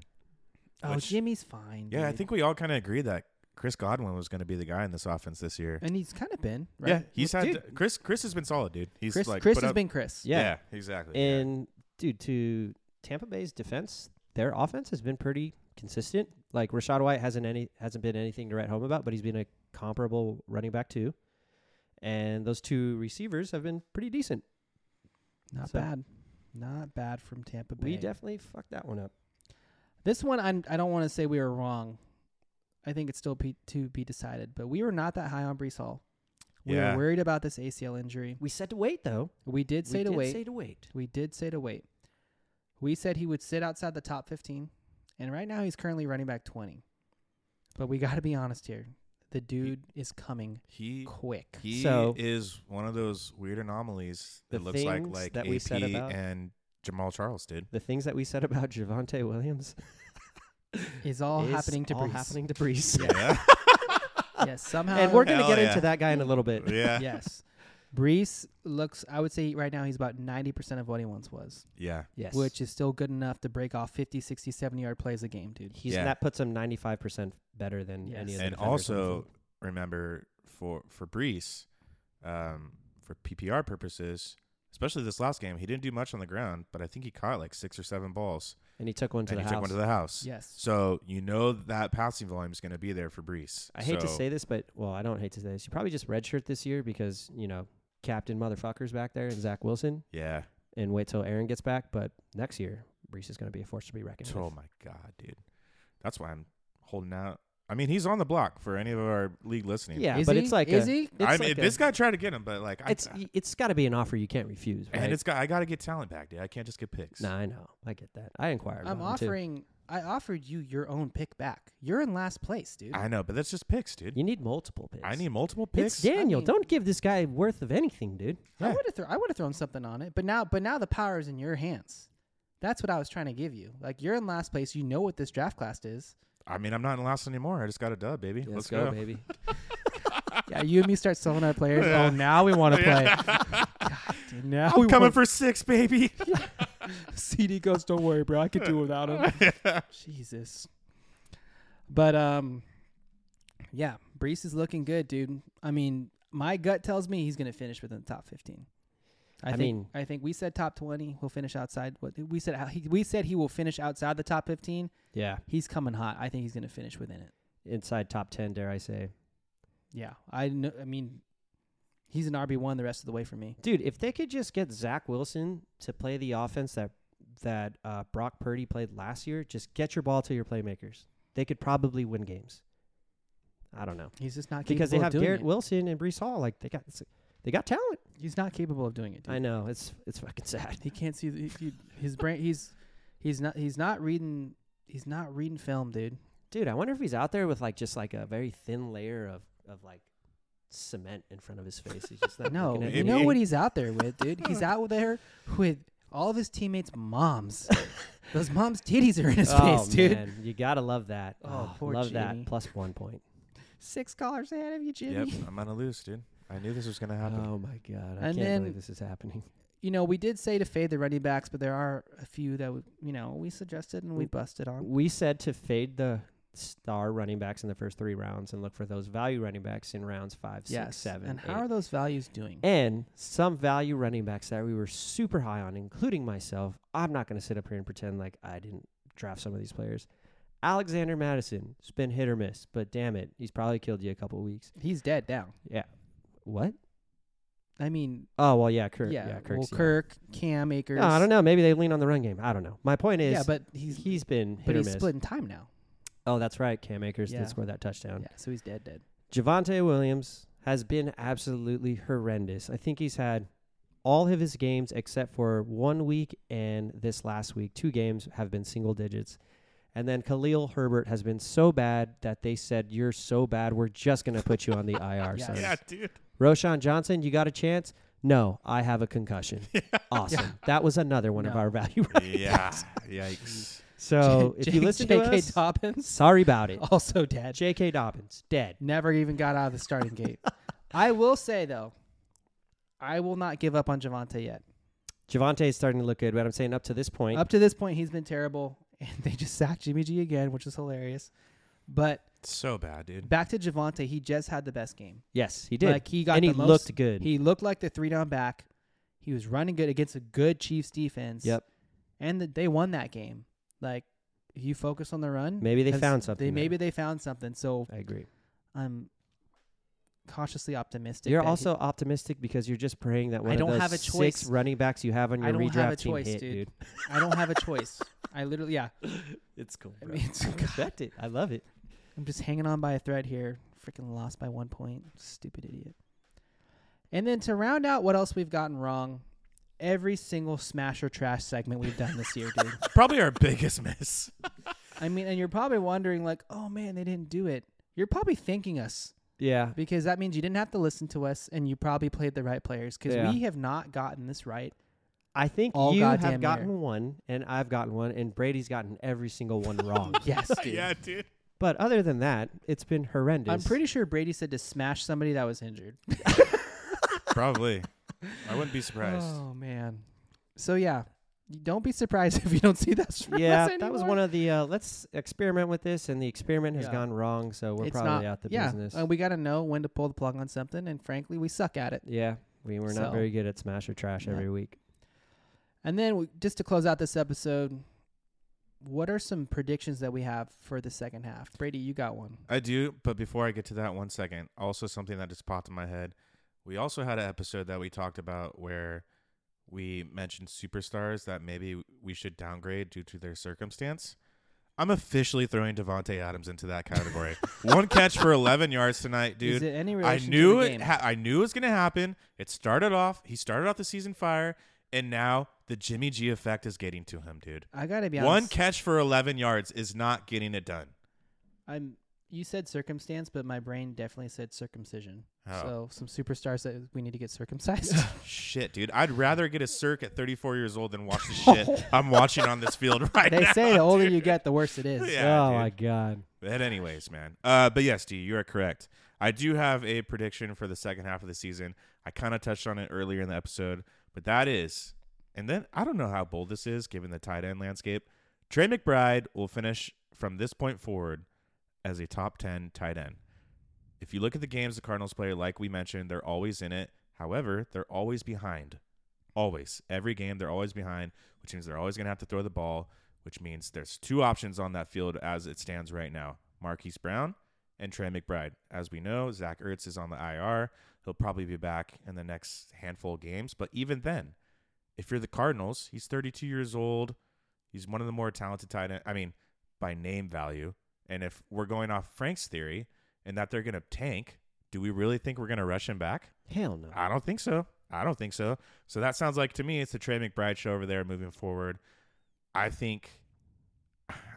S3: Oh,
S2: Which-
S3: Jimmy's fine.
S2: Yeah, I
S3: dude.
S2: think we all kind of agreed that Chris Godwin was going to be the guy in this offense this year.
S3: and he's kind of been right.
S2: Yeah, he's had
S1: Dude.
S2: Chris. Chris has been solid, dude. He's
S3: Chris.
S2: like
S3: Chris
S2: put
S3: has
S2: up-
S3: been Chris.
S1: Yeah.
S2: Yeah, exactly. yeah.
S1: And dude, to Tampa Bay's defense, their offense has been pretty consistent. Like Rashad White hasn't any hasn't been anything to write home about, but he's been a comparable running back too. And those two receivers have been pretty decent.
S3: Not
S1: So-
S3: bad. Not bad from Tampa Bay.
S1: We definitely fucked that one up.
S3: this one I'm, I don't want to say we were wrong. I think it's still pe- to be decided. But we were not that high on Brees Hall. We
S2: Yeah.
S3: were worried about this ACL injury.
S1: We said to wait though.
S3: We did say
S1: we
S3: to
S1: did
S3: wait.
S1: Say to wait.
S3: we did say to wait. We said he would sit outside the top 15, and right now he's currently running back 20. But we got to be honest here. The dude is coming
S2: He
S3: quick.
S2: he
S1: So-
S2: is one of those weird anomalies.
S1: The
S2: It looks like
S1: things
S2: like
S1: that
S2: AP
S1: we said about-
S2: and Jamal Charles did.
S1: The things that we said about Javante Williams
S3: Is all
S1: is
S3: happening to
S1: all
S3: Brees.
S1: happening to Brees.
S2: Yeah,
S3: Yes, somehow.
S1: and we're gonna
S2: Hell
S1: get
S2: yeah.
S1: into that guy in a little bit.
S2: yeah, yeah.
S3: yes. Brees looks. I would say right now he's about 90% of what he once was,
S1: Yes.
S3: which is still good enough to break off 50, 60, 70 yard plays a game, dude.
S1: he's
S2: Yeah.
S1: that puts him ninety five percent better than any
S3: Yes.
S1: of the
S2: And
S1: defenders on the
S2: also
S1: field.
S2: remember for for Brees, um, for PPR purposes, especially this last game, he didn't do much on the ground, but I think he caught like six or seven balls,
S1: and he took one to
S2: and he
S1: the house.
S2: took one to the house.
S3: Yes.
S2: So you know that passing volume is going to be there for Brees.
S1: I hate to
S2: So-
S1: say this, but well, I don't hate to say this. You probably just redshirt this year because you know Captain Motherfuckers back there and Zach Wilson,
S2: yeah.
S1: and wait till Aaron gets back. But next year, Brees is going to be a force to be reckoned
S2: Oh
S1: with.
S2: my god, dude, that's why I'm holding out. I mean, he's on the block for any of our league listening.
S1: Yeah,
S3: Is
S1: but
S3: he?
S1: it's like
S3: Is
S1: a,
S3: he?
S1: It's
S2: I
S1: like
S2: mean,
S1: a-
S2: this guy tried to get him, but like, I,
S1: It's y- it's got to be an offer you can't refuse, right?
S2: and it's got I got to get talent back, dude. I can't just get picks.
S1: nah, I know, I get that. I inquired.
S3: I'm
S1: about him, too.
S3: offering. I offered you your own pick back. You're in last place, dude.
S2: I know, but that's just picks, dude.
S1: You need multiple picks.
S2: I need multiple picks.
S1: It's Daniel.
S3: mean-
S1: Don't give this guy worth of anything, dude.
S3: I
S2: Yeah.
S3: would have. Th- I would have thrown something on it, but now, but now the power is in your hands. That's what I was trying to give you. Like you're in last place. You know what this draft class is.
S2: I mean, I'm not in last anymore. I just got a dub, baby. Let's go.
S1: baby.
S3: Yeah, you and me start selling our players. Oh, now we want to play. God, dude, now
S2: I'm
S3: we
S2: coming
S3: want
S2: for six, baby.
S3: CD goes. Don't worry, bro. I could do without him. Jesus. But um, yeah, Brees is looking good, dude. I mean, my gut tells me he's gonna finish within the top fifteen. I,
S1: I
S3: think,
S1: mean-
S3: I think we said top twenty. He'll finish outside. What we said, how- he, we said he will finish outside the top fifteen.
S1: yeah,
S3: He's coming hot. I think he's gonna finish within it.
S1: inside top ten, dare I say,
S3: Yeah, I know. I mean, he's an RB one the rest of the way for me.
S1: dude? If they could just get Zach Wilson to play the offense that that uh, Brock Purdy played last year, just get your ball to your playmakers. They could probably win games. I don't know
S3: He's just not
S1: because they
S3: capable
S1: have
S3: of doing
S1: Garrett
S3: it.
S1: Wilson and Brees Hall. Like they got they got talent.
S3: He's not capable of doing it. Dude.
S1: I know it's it's fucking sad.
S3: He can't see the, he, his brain. He's he's not he's not reading he's not reading film, dude.
S1: Dude, I wonder if he's out there with like just like a very thin layer of of like cement in front of his face. He's just not
S3: No,
S1: looking at
S3: you
S1: me.
S3: know what he's out there with, dude. He's out there with all of his teammates' moms. Those moms' titties are in his
S1: oh,
S3: face, dude.
S1: Man, you gotta love that.
S3: Oh,
S1: Oh,
S3: poor
S1: love
S3: Jimmy.
S1: that. Plus one point.
S3: Six dollars ahead of you,
S2: yep,
S3: Jimmy.
S2: I'm gonna lose, dude. I knew this was gonna happen.
S1: Oh my god, I
S3: And
S1: can't
S3: then-
S1: believe this is happening.
S3: You know, we did say to fade the running backs, but there are a few that we, you know we suggested and we
S1: Mm.
S3: busted on.
S1: We said to fade the star running backs in the first three rounds and look for those value running backs in rounds five, six,
S3: yes,
S1: seven,
S3: and how
S1: eight.
S3: are those values doing?
S1: and some value running backs that we were super high on, including myself. I'm not going to sit up here and pretend like I didn't draft some of these players. Alexander Madison, it's been hit or miss, but damn it, he's probably killed you a couple weeks.
S3: He's dead now.
S1: Yeah. What?
S3: I mean,
S1: Oh well, yeah, Kirk.
S3: yeah,
S1: Yeah, Kirk's,
S3: well,
S1: yeah.
S3: Kirk, Cam Akers.
S1: No, I don't know. Maybe they lean on the run game. I don't know. My point is,
S3: Yeah, but he's
S1: he's, he's been hit
S3: but
S1: or
S3: he's
S1: miss.
S3: splitting time now.
S1: Oh, that's right. Cam Akers
S3: Yeah.
S1: did score that touchdown.
S3: Yeah, so he's dead, dead.
S1: Javante Williams has been absolutely horrendous. I think he's had all of his games except for one week and this last week. Two games have been single digits. And then Khalil Herbert has been so bad that they said, You're so bad, we're just going to put you on the IR.
S3: Yes.
S1: son."
S2: yeah, dude.
S1: Roshan Johnson, you got a chance? No, I have a concussion. Awesome. That was another one of
S3: No.
S1: our value.
S2: yeah, yikes.
S1: So if you
S3: J-
S1: listen to
S3: J.K.
S1: us,
S3: Dobbins Oh,
S1: sorry about it.
S3: also dead.
S1: J.K. Dobbins, dead.
S3: Never even got out of the starting gate. I will say though, I will not give up on Javante yet.
S1: Javante is starting to look good, but I'm saying up to this point,
S3: Up to this point, he's been terrible, and they just sacked Jimmy G again, which is hilarious. But
S2: So bad, dude.
S3: back to Javante, he just had the best game.
S1: yes, he did.
S3: Like he got
S1: and
S3: the
S1: he
S3: most-
S1: looked good.
S3: He looked like the three down back. He was running good against a good Chiefs defense.
S1: Yep.
S3: and that they won that game. Like you focus on the run.
S1: Maybe they
S3: that's-
S1: found something
S3: They
S1: there.
S3: maybe they found something. So
S1: I agree.
S3: I'm cautiously optimistic.
S1: You're
S3: that he-
S1: also optimistic because you're just praying that one
S3: don't
S1: of those
S3: have a
S1: six
S3: choice.
S1: running backs you have on
S3: I
S1: your
S3: don't
S1: redraft
S3: have a
S1: team
S3: choice,
S1: hit,
S3: dude.
S1: dude.
S3: I don't have a choice. I literally, yeah.
S1: It's cool.
S3: I mean, it's,
S1: I respect it. I love it.
S3: I'm just hanging on by a thread here. Freaking lost by one point. Stupid idiot. And then to round out what else we've gotten wrong, every single smash or trash segment we've done this year, dude.
S2: Probably our biggest miss.
S3: I mean, and you're probably wondering, like, oh man, they didn't do it. You're probably thanking us
S1: Yeah.
S3: because that means you didn't have to listen to us and you probably played the right players because
S1: Yeah.
S3: we have not gotten this right.
S1: I think
S3: All
S1: you
S3: goddamn year.
S1: have gotten one, and I've gotten one, and Brady's gotten every single one wrong.
S3: Yes, dude.
S2: dude.
S1: But other than that, it's been horrendous.
S3: I'm pretty sure Brady said to smash somebody that was injured.
S2: Probably. I wouldn't be surprised.
S3: Oh man. So yeah, You don't be surprised if you don't see that. from
S1: Yeah,
S3: us
S1: that was
S3: anymore.
S1: one of the uh, let's experiment with this, and the experiment has
S3: Yeah.
S1: gone wrong, so we're
S3: It's not-
S1: probably out the
S3: yeah,
S1: business.
S3: uh, we got to know when to pull the plug on something, and frankly, we suck at it.
S1: yeah, we were
S3: So-
S1: not very good at smash or trash
S3: Yeah.
S1: every week.
S3: And then we, just to close out this episode, what are some predictions that we have for the second half? Brady, you got one.
S2: I do, but before I get to that one second, also something that just popped in my head. We also had an episode that we talked about where we mentioned superstars that maybe we should downgrade due to their circumstance. I'm officially throwing Devonte Adams into that category. one catch for 11 yards tonight,
S3: Is
S2: dude.
S3: it any
S2: I
S3: relation to
S2: knew
S3: the
S2: it.
S3: game?
S2: Ha- I knew it was gonna happen. It started off. He started off the season fire, and now the Jimmy G effect is getting to him, dude.
S3: I gotta be honest.
S2: One catch for 11 yards is not getting it done.
S3: I'm. You said circumstance, but my brain definitely said circumcision.
S2: Oh.
S3: So some superstars that we need to get circumcised.
S2: Shit, dude. I'd rather get a circ at 34 years old than watch the shit I'm watching on this field right
S3: they
S2: now.
S3: say the older you get, the worse it is.
S2: Yeah,
S1: oh
S2: dude.
S1: my god.
S2: But anyways, man. Uh, but yes, D, you are correct. I do have a prediction for the second half of the season. I kind of touched on it earlier in the episode, but that is, and then I don't know how bold this is given the tight end landscape. Trey McBride will finish from this point forward as a top 10 tight end. If you look at the games the Cardinals play, like we mentioned, they're always in it. However, they're always behind. Always. Every game, they're always behind, which means they're always going to have to throw the ball, which means there's two options on that field as it stands right now Marquise Brown and Trey McBride. As we know, Zach Ertz is on the IR. He'll probably be back in the next handful of games. But even then, if you're the Cardinals, he's 32 years old. He's one of the more talented tight end. I mean, by name value. And if we're going off Frank's theory and that they're going to tank, do we really think we're going to rush him back?
S1: Hell no.
S2: I don't think so. I don't think so. So that sounds like to me it's the Trey McBride show over there moving forward. I think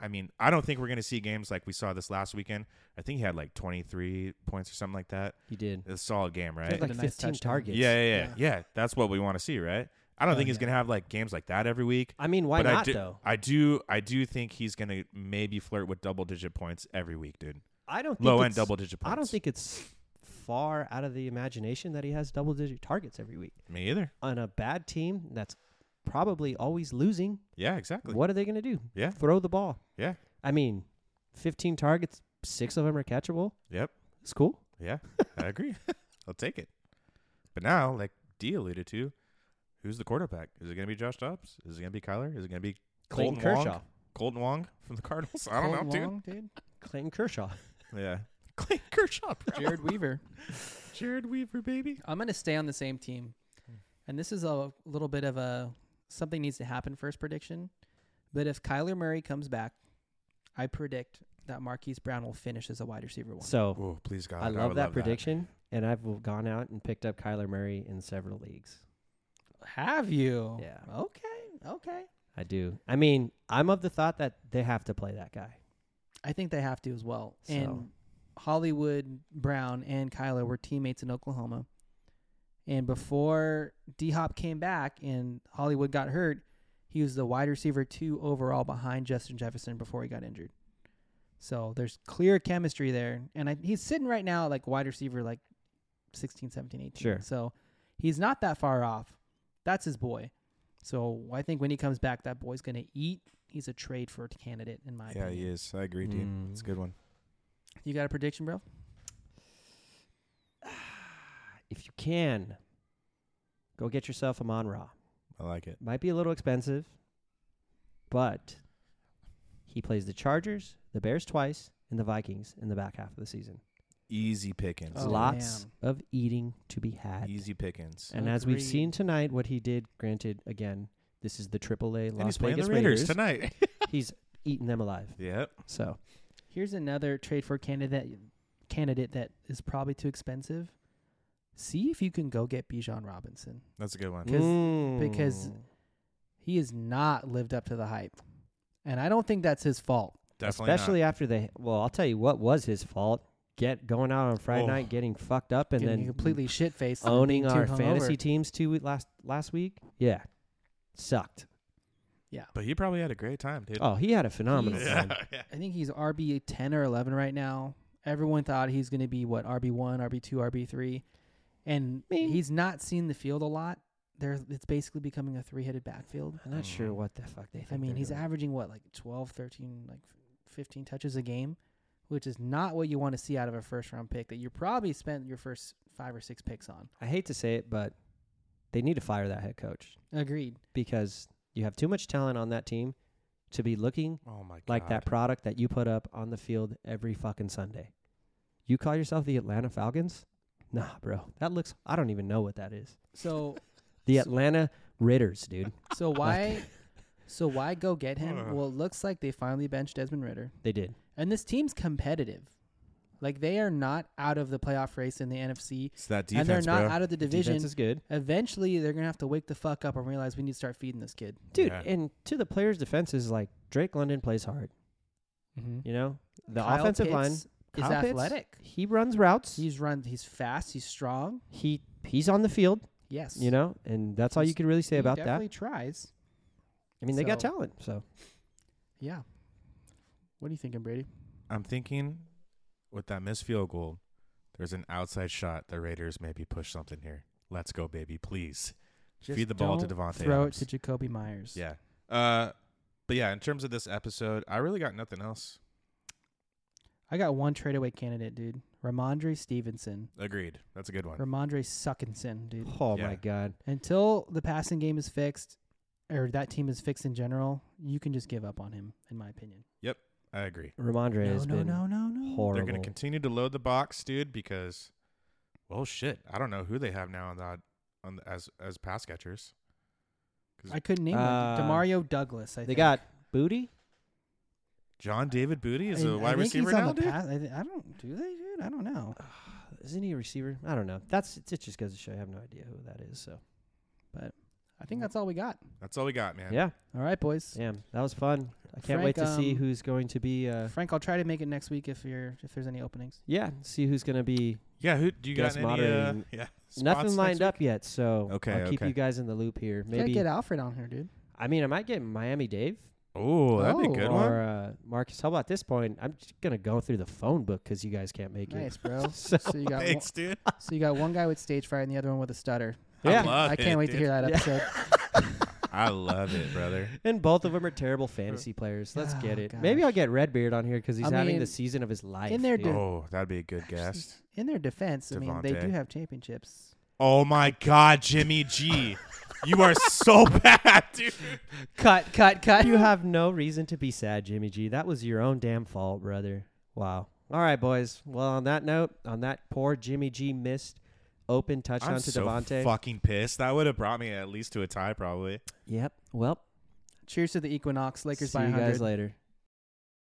S2: I mean, I don't think we're gonna see games like we saw this last weekend. I think he had like twenty three points or something like that.
S1: He did.
S2: It's a solid game,
S1: He
S2: right?
S1: had
S3: Right.
S1: like
S3: Nice
S1: 15
S3: touchdown.
S1: targets.
S2: yeah, yeah, yeah,
S3: yeah.
S2: yeah. That's what we want to see, right? I don't
S3: Oh,
S2: think he's
S3: yeah.
S2: gonna have like games like that every week.
S1: I mean, why
S2: but
S1: not
S2: I do,
S1: though?
S2: I do I do think he's gonna maybe flirt with double digit points every week, dude.
S1: I don't think
S2: Low
S1: it's-
S2: end double digit points.
S1: I don't think it's far out of the imagination that he has double digit targets every week
S2: me either.
S1: on a bad team that's probably always losing.
S2: Yeah, exactly.
S1: What are they going to do?
S2: Yeah.
S1: Throw the ball.
S2: Yeah.
S1: I mean, 15 targets, 6 of them are catchable.
S2: Yep.
S1: It's cool.
S2: Yeah, I agree. I'll take it. But now, like D alluded to, who's the quarterback? Is it going to be Josh Dobbs? Is it going to be Kyler? Is it going to be
S1: Clayton
S2: Colton
S1: Kershaw.
S2: Wong? Colton Wong from the Cardinals? I don't know,
S3: Cole Long, dude.
S1: Clayton Kershaw.
S2: dude. Yeah. Clayton Kershaw, bro.
S3: Jared Weaver.
S2: Jared Weaver, baby.
S3: I'm gonna stay on the same team, and this is a little bit of a something needs to happen first prediction. But if Kyler Murray comes back, I predict that Marquise Brown will finish as a wide receiver one.
S1: So
S2: Oh, please God.
S1: I
S2: would
S1: love that prediction, and I've w- gone out and picked up Kyler Murray in several leagues.
S3: Have you?
S1: Yeah.
S3: Okay. Okay.
S1: I do. I mean, I'm of the thought that they have to play that guy.
S3: I think they have to as well.
S1: So-
S3: And Hollywood Brown and Kyler were teammates in Oklahoma. And before D Hop came back and Hollywood got hurt, he was the wide receiver two overall behind Justin Jefferson before he got injured. So there's clear chemistry there. And I, he's sitting right now like wide receiver like 16, 17, 18.
S1: Sure.
S3: So he's not that far off. That's his boy. So I think when he comes back, that boy's going to eat. He's a trade for a candidate, in my opinion.
S2: is. I agree,
S1: Mm.
S2: good one.
S3: You got a prediction, bro?
S1: If you can, go get yourself a Monra.
S2: I like it.
S1: Might be a little expensive, but he plays the Chargers, the Bears twice, and the Vikings in the back half of the season.
S2: Easy pickings.
S3: Oh,
S1: Lots
S3: man.
S1: of eating to be had.
S2: Easy pickings.
S1: And as we've
S3: Agreed.
S1: seen tonight, what he did, granted, again, this is the AAA
S2: and he's
S1: Las
S2: playing
S1: Vegas
S2: the Raiders,
S1: Raiders.
S2: tonight.
S1: He's eating them alive.
S2: yep.
S1: So
S3: Here's another trade for candidate candidate that is probably too expensive. See if you can go get Bijan Robinson.
S2: That's a good one.
S3: 'Cause- because- He has not lived up to the hype, and I don't think that's his fault.
S2: Definitely
S1: especially after they. Well, I'll tell you what was his fault. Get going out on Friday
S2: Oh.
S1: night, getting fucked up, and
S3: And
S1: then
S3: then completely shit faced
S1: owning our fantasy teams two week last last week. Yeah, sucked.
S2: not. But he probably had a great time, dude.
S1: Oh, he had a phenomenal
S3: Yeah.
S1: time.
S2: yeah.
S3: I think he's RB ten or eleven right now. Everyone thought he's going to be what RB one, RB two, RB three, and
S1: Bing.
S3: he's not seen the field a lot. There, it's basically becoming a three headed backfield.
S1: I'm not sure
S2: Mhm.
S1: what the fuck they. Think
S3: I mean,
S1: they're
S3: he's
S1: doing.
S3: averaging what like 12, 13, like f- fifteen touches a game, which is not what you want to see out of a first round pick that you probably spent your first five or six picks on.
S1: I hate to say it, but they need to fire that head coach
S3: Agreed.
S1: because you have too much talent on that team to be looking
S2: Oh my god.
S1: like that product that you put up on the field every fucking Sunday. You call yourself the Atlanta Falcons? Nah, bro. That looks I don't even know what that is.
S3: So,
S1: The
S3: So-
S1: Atlanta Ritters, dude.
S3: so why, so why go get him?
S1: uh.
S2: Ugh.
S3: Well, it looks like they finally benched Desmond Ritter.
S1: They did.
S3: And this team's competitive. Like they are not out of the playoff race in the NFC,
S2: It's that
S3: and
S2: defense,
S3: they're not
S2: bro.
S3: out of the division.
S1: Defense is good.
S3: Eventually, they're gonna have to wake the fuck up and realize we need to start feeding this kid.
S1: Dude,
S2: Yeah.
S1: and to the players' defense is like Drake London plays hard,
S3: Mm-hmm.
S1: you know? The offensive line
S3: is
S1: Kyle Pitts,
S3: athletic.
S1: he runs routes.
S3: He's run. He's fast. He's strong.
S1: he he's on the field,
S3: Yes.
S1: you know, and that's all you
S3: He's-
S1: could really say
S3: He
S1: about that.
S3: definitely tries.
S1: I mean, they got
S3: so-
S1: talent, so
S3: Yeah. What are you thinking, Brady?
S2: I'm thinking with that missed field goal, there's an outside shot. The Raiders maybe push something here. Let's go, baby, please. Feed the ball to
S3: don't
S2: Devontae
S3: Throw
S2: Adams.
S3: it to Jacoby Myers.
S2: Yeah. Uh, but yeah, in terms of this episode, I really got nothing else.
S3: I got one tradeaway candidate, dude. Ramondre Stevenson.
S2: Agreed. That's a good one.
S3: Ramondre Suckinson, dude.
S1: oh
S2: Yeah.
S1: my god.
S3: Until the passing game is fixed, or that team is fixed in general, you can just give up on him, in my opinion.
S2: I agree.
S1: Ramondre
S3: No,
S1: has
S3: no,
S1: been
S3: no, no, no.
S1: horrible.
S2: They're going to continue to load the box, dude, because well, shit, I don't know who they have now on the on the, as as pass catchers.
S3: I couldn't name one.
S1: Uh,
S3: Demario Douglas. I
S1: they
S3: think.
S1: got booty.
S2: John David Booty is
S3: And
S2: a wide
S3: I think
S2: receiver
S3: he's on
S2: now,
S3: the
S2: dude.
S3: pass- I, thi- I don't do they, dude. I don't know.
S1: Isn't he a receiver? I don't know. That's it. Just goes to show you, I have no idea who that is. So
S3: I
S2: Uh,
S3: think that's all we got.
S2: That's all we got, man.
S1: yeah,
S3: All right, boys.
S1: damn, that was fun. I can't wait to
S3: Frank,
S1: see
S3: um,
S1: who's going to be. Uh,
S3: Frank, I'll try to make it next week if you're if there's any openings.
S1: yeah, see who's going to be.
S2: Yeah, who do you got
S1: Guest
S2: any uh,
S1: moderating.
S2: yeah.
S1: Nothing lined up yet, so
S2: Okay,
S1: I'll keep
S2: okay.
S1: you guys in the loop here.
S3: Gotta
S1: Maybe
S3: get Alfred on here, dude.
S1: I mean I might get Miami Dave
S2: Oh, that'd be
S3: Oh.
S2: a good
S1: or
S2: one.
S1: Uh, Marcus. How about this point? I'm just going to go through the phone book because you guys can't make
S3: Nice, bro.
S1: it. So
S3: so you got one,
S2: Thanks, dude.
S3: so you got one guy with stage fright and the other one with a stutter.
S1: Yeah.
S2: I love
S3: I can't
S2: it,
S3: wait to
S2: dude.
S3: hear that
S1: Yeah.
S3: episode.
S2: I love it, brother.
S1: and both of them are terrible fantasy players. Let's
S3: Oh,
S1: get it. Maybe I'll
S3: gosh.
S1: get Redbeard on here because he's
S3: I
S1: having
S3: mean,
S1: the season of his life.
S3: there,
S1: dude.
S3: dude.
S2: Oh, that'd be a good guest.
S3: In their defense, I mean, they do
S2: Devontae.
S3: have championships.
S2: Oh my God, Jimmy G, you are so bad, dude.
S3: Cut, cut, cut.
S1: You have no reason to be sad, Jimmy G. That was your own damn fault, brother. Wow. All right, boys. Well, on that note, on that poor Jimmy G missed open touchdown
S2: I'm
S1: to
S2: so
S1: Devontae.
S2: fucking pissed. That would have brought me at least to a tie, probably.
S1: Yep. Well,
S3: Cheers to the Equinox, Lakers
S1: see
S3: by
S1: you
S3: 100.
S1: guys later.